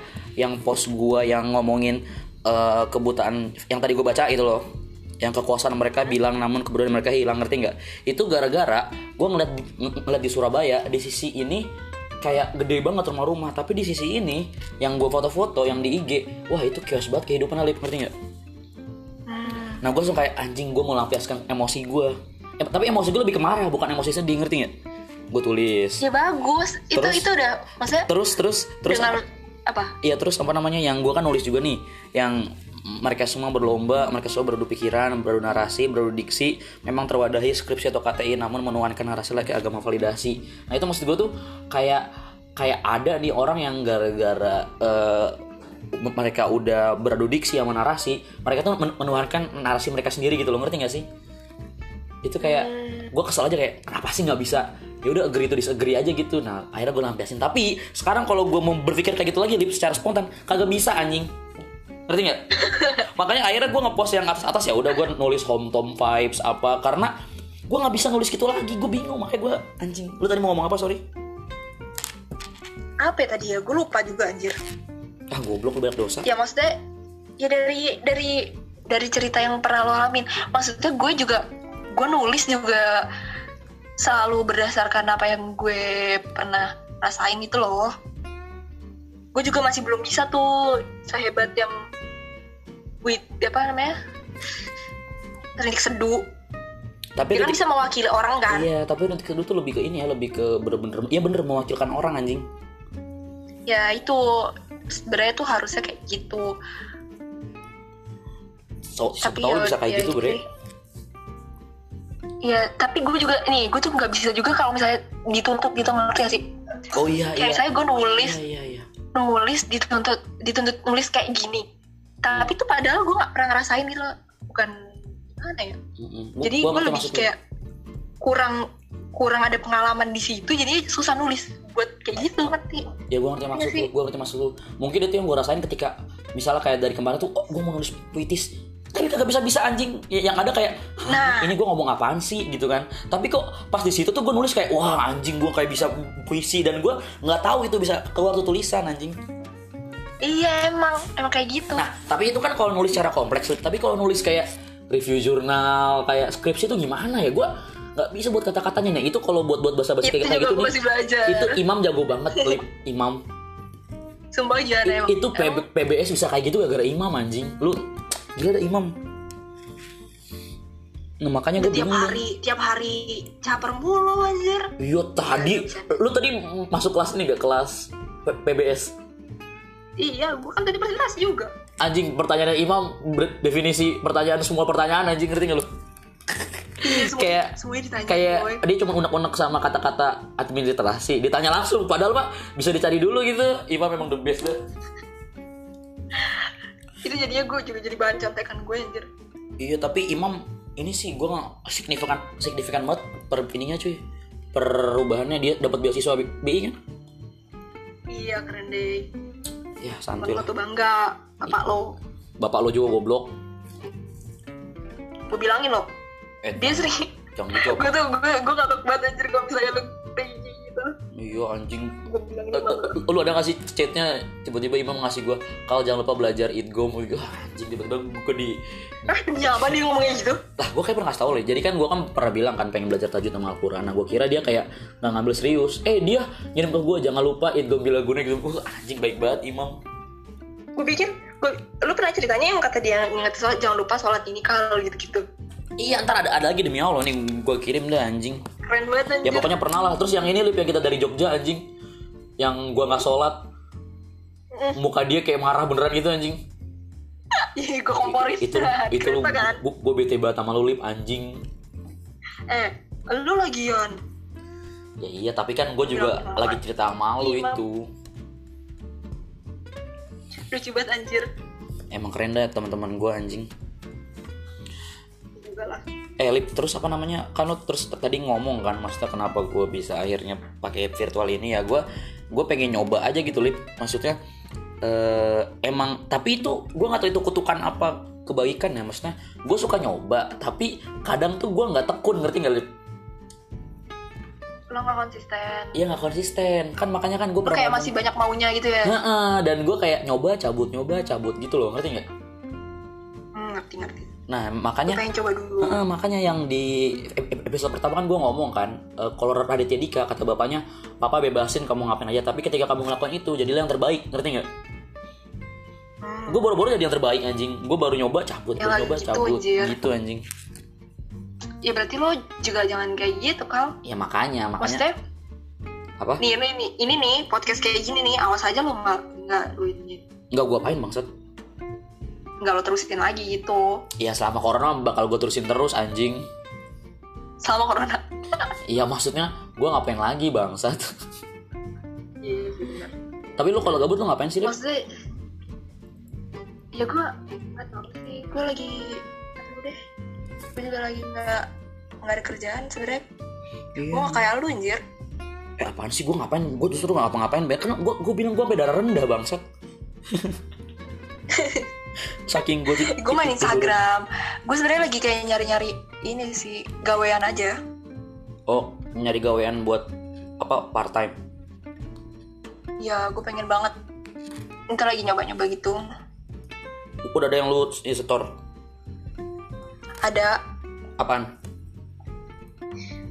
Speaker 1: yang post gue yang ngomongin eh, kebutaan yang tadi gue baca itu loh, yang kekuasaan mereka bilang namun kemudian mereka hilang ngerti nggak? Itu gara-gara gue ngeliat ng- ngeliat di Surabaya di sisi ini kayak gede banget rumah-rumah tapi di sisi ini yang gue foto-foto yang di IG wah itu kios banget kehidupan Alip ngerti nggak?
Speaker 2: hmm,
Speaker 1: Nah gue langsung kayak anjing gue mau lampiaskan emosi gue Em- Tapi emosi gue lebih ke marah bukan emosi sedih ngerti gak? Gue tulis
Speaker 2: ya bagus itu
Speaker 1: Terus?
Speaker 2: itu udah maksudnya
Speaker 1: Terus terus terus
Speaker 2: dengan
Speaker 1: apa-
Speaker 2: apa
Speaker 1: Iya terus apa namanya yang gue kan nulis juga nih Yang mereka semua berlomba, mereka semua beradu pikiran, beradu narasi, beradu diksi Memang terwadahi skripsi atau KTI namun menuankan narasi lagi agama validasi Nah itu maksud gue tuh kayak kayak ada nih orang yang gara-gara eh, mereka udah beradu diksi sama narasi mereka tuh men- menuarkan narasi mereka sendiri gitu loh ngerti gak sih itu kayak
Speaker 2: Hmm.
Speaker 1: gue kesel aja kayak kenapa sih nggak bisa ya udah agree to disagree aja gitu nah akhirnya gue lampiasin tapi sekarang kalau gue mau berpikir kayak gitu lagi lip secara spontan kagak bisa anjing ngerti nggak makanya akhirnya gue ngepost yang atas atas ya udah gue nulis home tom vibes apa karena gue nggak bisa nulis gitu lagi gue bingung makanya gue anjing lu tadi mau ngomong apa sorry
Speaker 2: apa ya tadi ya gue lupa juga anjir
Speaker 1: ah goblok lu banyak dosa
Speaker 2: ya maksudnya ya dari dari dari cerita yang pernah lo alamin maksudnya gue juga gue nulis juga selalu berdasarkan apa yang gue pernah rasain itu loh gue juga masih belum bisa tuh sehebat yang with apa namanya teknik seduh
Speaker 1: tapi
Speaker 2: dia kan
Speaker 1: ketika-
Speaker 2: bisa mewakili orang kan
Speaker 1: Iya, tapi nanti kedua tuh lebih ke ini ya, lebih ke bener-bener, ya bener mewakilkan orang anjing.
Speaker 2: ya itu sebenarnya tuh harusnya kayak gitu
Speaker 1: So, so
Speaker 2: tapi
Speaker 1: tau lu
Speaker 2: ya-
Speaker 1: bisa kayak
Speaker 2: ya
Speaker 1: gitu
Speaker 2: itu
Speaker 1: bre.
Speaker 2: deh. Ya, tapi gue juga nih, gue tuh nggak bisa juga kalau misalnya dituntut gitu ngerti gak sih?
Speaker 1: Oh iya
Speaker 2: Kayak
Speaker 1: iya.
Speaker 2: misalnya gue nulis,
Speaker 1: Iya iya iya.
Speaker 2: nulis dituntut, dituntut nulis kayak gini. Tapi tuh padahal gue nggak pernah ngerasain gitu loh. Bukan gimana ya?
Speaker 1: Mm-mm. Gua-
Speaker 2: Jadi
Speaker 1: gua
Speaker 2: gue
Speaker 1: ngerti
Speaker 2: lebih
Speaker 1: maksud lu.
Speaker 2: kayak kurang kurang ada pengalaman di situ, jadi susah nulis buat kayak gitu ngerti?
Speaker 1: ya gue ngerti maksud
Speaker 2: Iya sih.
Speaker 1: lu, gue ngerti maksud lu. Mungkin itu yang gue rasain ketika misalnya kayak dari kemarin tuh, oh gue mau nulis puitis, Kan tapi kagak bisa bisa anjing. Ya, yang ada kayak, "Hah,
Speaker 2: Nah.
Speaker 1: ini gue ngomong apaan sih gitu kan. Tapi kok pas di situ tuh gue nulis kayak, wah anjing gue kayak bisa puisi dan gue nggak tahu itu bisa keluar tuh tulisan anjing.
Speaker 2: Iya emang emang kayak gitu.
Speaker 1: Nah, tapi itu kan kalau nulis secara kompleks, Lid. tapi kalau nulis kayak review jurnal, kayak skripsi itu gimana ya? Gua nggak bisa buat kata-katanya nih. Itu kalau buat buat bahasa basi
Speaker 2: itu
Speaker 1: kayak kayak
Speaker 2: juga
Speaker 1: gitu
Speaker 2: gue
Speaker 1: nih.
Speaker 2: masih belajar.
Speaker 1: Itu imam jago banget, Lip. Imam.
Speaker 2: Sumpah gimana
Speaker 1: I-
Speaker 2: emang?
Speaker 1: itu
Speaker 2: Emang-
Speaker 1: PB- PBS bisa kayak gitu gara-gara imam anjing. Lu gila ada imam. Nah, makanya gue
Speaker 2: tiap
Speaker 1: bingung. deh.
Speaker 2: hari tiap hari caper mulu anjir
Speaker 1: Iya tadi, lu tadi masuk kelas ini gak kelas P- PBS?
Speaker 2: iya gue kan tadi presentasi juga
Speaker 1: Anjing pertanyaan imam ber- definisi pertanyaan semua pertanyaan anjing ngerti gak lu?
Speaker 2: Iya, semua-
Speaker 1: Kayak-
Speaker 2: semuanya ditanya
Speaker 1: kayak
Speaker 2: boy.
Speaker 1: dia cuma unek-unek sama kata-kata admin literasi ditanya langsung padahal pak bisa dicari dulu gitu Ipa memang the best deh
Speaker 2: itu jadinya gue juga jadi bahan contekan gue anjir
Speaker 1: iya tapi Imam ini sih gue nggak signifikan signifikan banget per ininya cuy perubahannya dia dapat beasiswa B- BI kan
Speaker 2: iya keren deh
Speaker 1: ya
Speaker 2: Temen
Speaker 1: santuy
Speaker 2: lo
Speaker 1: lah
Speaker 2: tuh bangga bapak lo
Speaker 1: bapak lo juga goblok
Speaker 2: gue bilangin lo
Speaker 1: eh
Speaker 2: dia sering
Speaker 1: jangan gitu
Speaker 2: gue tuh gue gue ngakak banget anjir kalau misalnya lo kayak gitu
Speaker 1: iya anjing
Speaker 2: gue bilangin
Speaker 1: Eh,
Speaker 2: lo
Speaker 1: eh, lu ada ngasih chatnya tiba-tiba Imam ngasih gue kalau jangan lupa belajar idgom gue anjing tiba-tiba gue di
Speaker 2: ah demi apa dia ngomongnya gitu
Speaker 1: lah gue kayak pernah kasih tau loh jadi kan gue kan pernah bilang kan pengen belajar tajwid sama Al-Quran nah gue kira dia kayak nggak ngambil serius eh dia ngirim ke gue jangan lupa it gue bila guna gitu Wah, anjing baik banget imam
Speaker 2: gue pikir gue, lu pernah ceritanya yang kata dia ingat sholat jangan lupa sholat ini kalau gitu gitu
Speaker 1: iya ntar ada, ada lagi demi Allah nih gue kirim deh anjing
Speaker 2: keren banget anjir
Speaker 1: ya pokoknya pernah lah terus yang ini lip yang kita dari Jogja anjing yang gue nggak sholat muka dia kayak marah beneran gitu anjing
Speaker 2: Iya, gue komporis.
Speaker 1: itu lu,
Speaker 2: dah.
Speaker 1: itu lu,
Speaker 2: Kenapa kan?
Speaker 1: gue, gue bete banget sama lu lip anjing
Speaker 2: Eh, lu lagian.
Speaker 1: ya iya tapi kan gue juga
Speaker 2: Kenapa?
Speaker 1: lagi cerita sama lu
Speaker 2: Lima.
Speaker 1: itu
Speaker 2: Lucu banget anjir.
Speaker 1: emang keren deh teman-teman gue anjing
Speaker 2: Juga lah.
Speaker 1: eh lip terus apa namanya kan lu terus tadi ngomong kan maksudnya kenapa gue bisa akhirnya pakai virtual ini ya gue gue pengen nyoba aja gitu lip maksudnya eh, emang tapi itu gue nggak tahu itu kutukan apa kebaikan ya maksudnya gue suka nyoba tapi kadang tuh gue nggak tekun ngerti nggak lip
Speaker 2: Lo gak konsisten.
Speaker 1: ya nggak konsisten kan makanya kan gue
Speaker 2: Lu kayak masih banyak maunya gitu ya.
Speaker 1: Heeh, dan gue kayak nyoba cabut nyoba cabut gitu loh ngerti nggak
Speaker 2: Hmm, ngerti ngerti.
Speaker 1: nah
Speaker 2: Gue
Speaker 1: makanya
Speaker 2: pengen coba dulu.
Speaker 1: Heeh, makanya yang di ep- episode pertama kan gue ngomong kan eh, kalau Raditya Dika kata bapaknya papa bebasin kamu ngapain aja tapi ketika kamu ngelakuin itu jadilah yang terbaik ngerti nggak
Speaker 2: Hmm.
Speaker 1: gue baru-baru jadi yang terbaik anjing gue baru nyoba cabut
Speaker 2: Ya
Speaker 1: baru
Speaker 2: lah,
Speaker 1: nyoba
Speaker 2: gitu,
Speaker 1: cabut
Speaker 2: anjir.
Speaker 1: gitu anjing
Speaker 2: Ya berarti lo juga jangan kayak gitu kal.
Speaker 1: ya makanya makanya
Speaker 2: Maksudnya
Speaker 1: apa
Speaker 2: nih ini, ini ini nih podcast kayak gini nih awas aja lo nggak nggak lo ini
Speaker 1: nggak gue apain bangsat
Speaker 2: nggak lo terusin lagi gitu
Speaker 1: ya selama corona bakal gue terusin terus anjing
Speaker 2: selama corona.
Speaker 1: Iya maksudnya gue ngapain lagi bangsat
Speaker 2: Iya benar.
Speaker 1: tapi lu kalau gabut lu ngapain sih Lip?
Speaker 2: Maksudnya ya gue nggak tahu sih gue lagi aduh deh gue juga lagi nggak nggak ada kerjaan sebenarnya gue nggak kayak lu anjir
Speaker 1: Eh, apaan sih gue ngapain? Gue justru gak ngapa-ngapain. Ben. Karena gue gue bilang gue sampai darah rendah bangsat. Saking gue
Speaker 2: gue main Instagram gue sebenarnya lagi kayak nyari nyari ini sih gawean aja
Speaker 1: Oh nyari gawean buat apa part time?
Speaker 2: ya gue pengen banget ntar lagi nyoba nyoba gitu
Speaker 1: Udah ada yang lu s- setor
Speaker 2: ada
Speaker 1: apaan?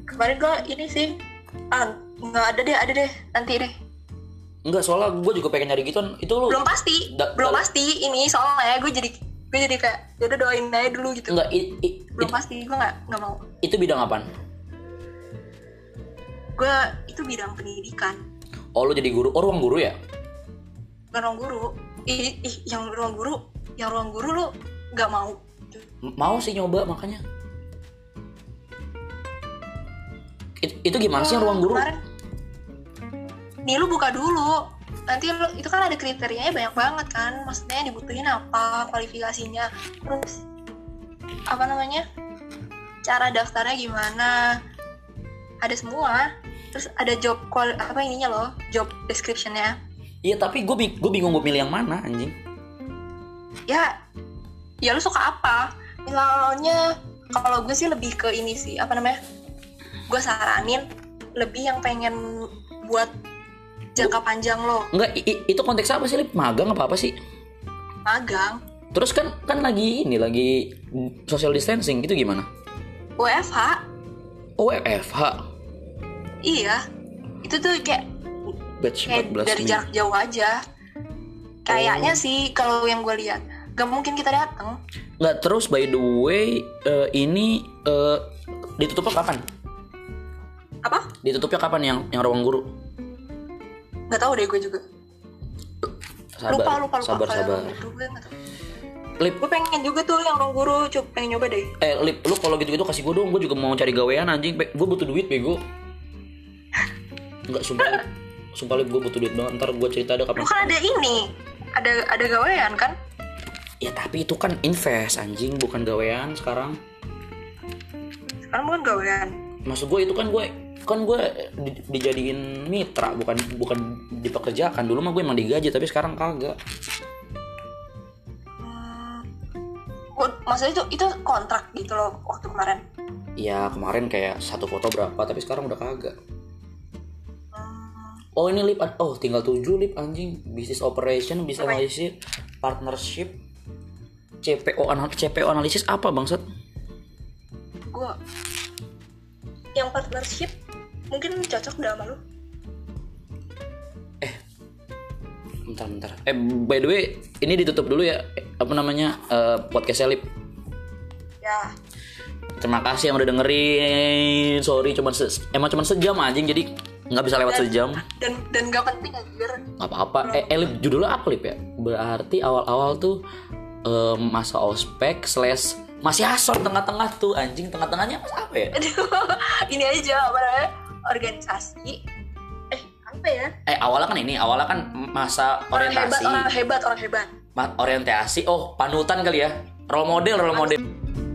Speaker 2: kemarin gue ini sih ah nggak ada deh ada deh nanti deh
Speaker 1: Enggak soalnya gue juga pengen nyari gituan. Itu lu
Speaker 2: belum pasti
Speaker 1: Da-
Speaker 2: belum
Speaker 1: da-
Speaker 2: pasti ini soalnya gue jadi gue jadi kayak yaudah doain aja dulu gitu
Speaker 1: enggak i- i-
Speaker 2: belum
Speaker 1: it-
Speaker 2: pasti gue nggak nggak mau
Speaker 1: itu bidang apaan?
Speaker 2: gue itu bidang pendidikan
Speaker 1: Oh lu jadi guru? Oh ruang guru ya?
Speaker 2: bukan ruang guru ih, ih yang ruang guru yang ruang guru lu nggak mau
Speaker 1: M- Mau sih nyoba makanya. It- itu gimana sih yang Iya, ruang guru?
Speaker 2: Kemarin- nih lu buka dulu nanti lu, itu kan ada kriterianya banyak banget kan maksudnya yang dibutuhin apa kualifikasinya terus apa namanya cara daftarnya gimana ada semua terus ada job qual apa ininya loh job descriptionnya
Speaker 1: Iya tapi gue gue bingung gue milih yang mana anjing.
Speaker 2: ya ya lu suka apa misalnya kalau gue sih lebih ke ini sih apa namanya gue saranin lebih yang pengen buat jangka panjang lo
Speaker 1: Enggak, i- i- itu konteks apa sih? Lip? Magang apa apa sih?
Speaker 2: magang
Speaker 1: Terus kan kan lagi ini lagi social distancing itu gimana?
Speaker 2: WFH
Speaker 1: Oh, WFH.
Speaker 2: iya itu tuh kayak
Speaker 1: Batch 14
Speaker 2: kayak Eh, dari
Speaker 1: nih.
Speaker 2: jarak jauh aja
Speaker 1: Oh.
Speaker 2: kayaknya sih kalau yang gue lihat gak mungkin kita datang
Speaker 1: Nggak, terus by the way eh, ini eh, ditutupnya kapan?
Speaker 2: apa
Speaker 1: Ditutupnya kapan yang yang ruang guru?
Speaker 2: nggak tahu deh gue juga
Speaker 1: Sabar,
Speaker 2: lupa lupa lupa
Speaker 1: sabar,
Speaker 2: Kalau
Speaker 1: sabar.
Speaker 2: yang guru gue nggak tahu.
Speaker 1: Lip,
Speaker 2: gue pengen juga tuh yang ruang guru coba pengen nyoba deh
Speaker 1: eh Lip, lu kalau gitu-gitu kasih gue dong, gue juga mau cari gawean anjing. Gue butuh duit, bego. Enggak, sumpah Lip. Sumpah Lip, gue butuh duit banget. Ntar gue cerita ada
Speaker 2: lu
Speaker 1: kapan.
Speaker 2: kan ada ini ada ada gawean kan
Speaker 1: Ya tapi itu kan invest anjing, bukan gawean sekarang.
Speaker 2: sekarang bukan gawean
Speaker 1: maksud gue itu kan gue kan gue di- dijadiin mitra bukan bukan dipekerjakan dulu mah gue emang digaji tapi sekarang kagak
Speaker 2: Hmm. Gua- maksudnya itu itu kontrak gitu loh waktu kemarin
Speaker 1: ya kemarin kayak satu foto berapa tapi sekarang udah kagak
Speaker 2: Hmm.
Speaker 1: oh ini lip ad- oh tinggal tujuh lip anjing business operation business
Speaker 2: Apa ya?
Speaker 1: analysis partnership CPO anal CPO analisis apa bangsat
Speaker 2: gue yang partnership mungkin cocok udah sama lu
Speaker 1: bentar bentar eh by the way ini ditutup dulu ya Eh, apa namanya eh, podcastnya lip
Speaker 2: ya
Speaker 1: Terima kasih yang udah dengerin. Sorry cuman se- emang cuman sejam anjing jadi nggak bisa lewat sejam.
Speaker 2: dan dan gak penting anjir
Speaker 1: Nggak apa-apa. Eh, eh, Lip, judulnya apa Lip ya? Berarti awal-awal tuh eh, masa ospek slash masih asor tengah-tengah tuh anjing tengah-tengahnya mas apa ya?
Speaker 2: Aduh, ini aja apa namanya? Organisasi. Eh, apa ya?
Speaker 1: Eh awalnya kan ini awalnya kan masa
Speaker 2: Orang hebat,
Speaker 1: orientasi,
Speaker 2: orang hebat, orang hebat.
Speaker 1: Ma- orientasi. Oh panutan kali ya? Role model, role model.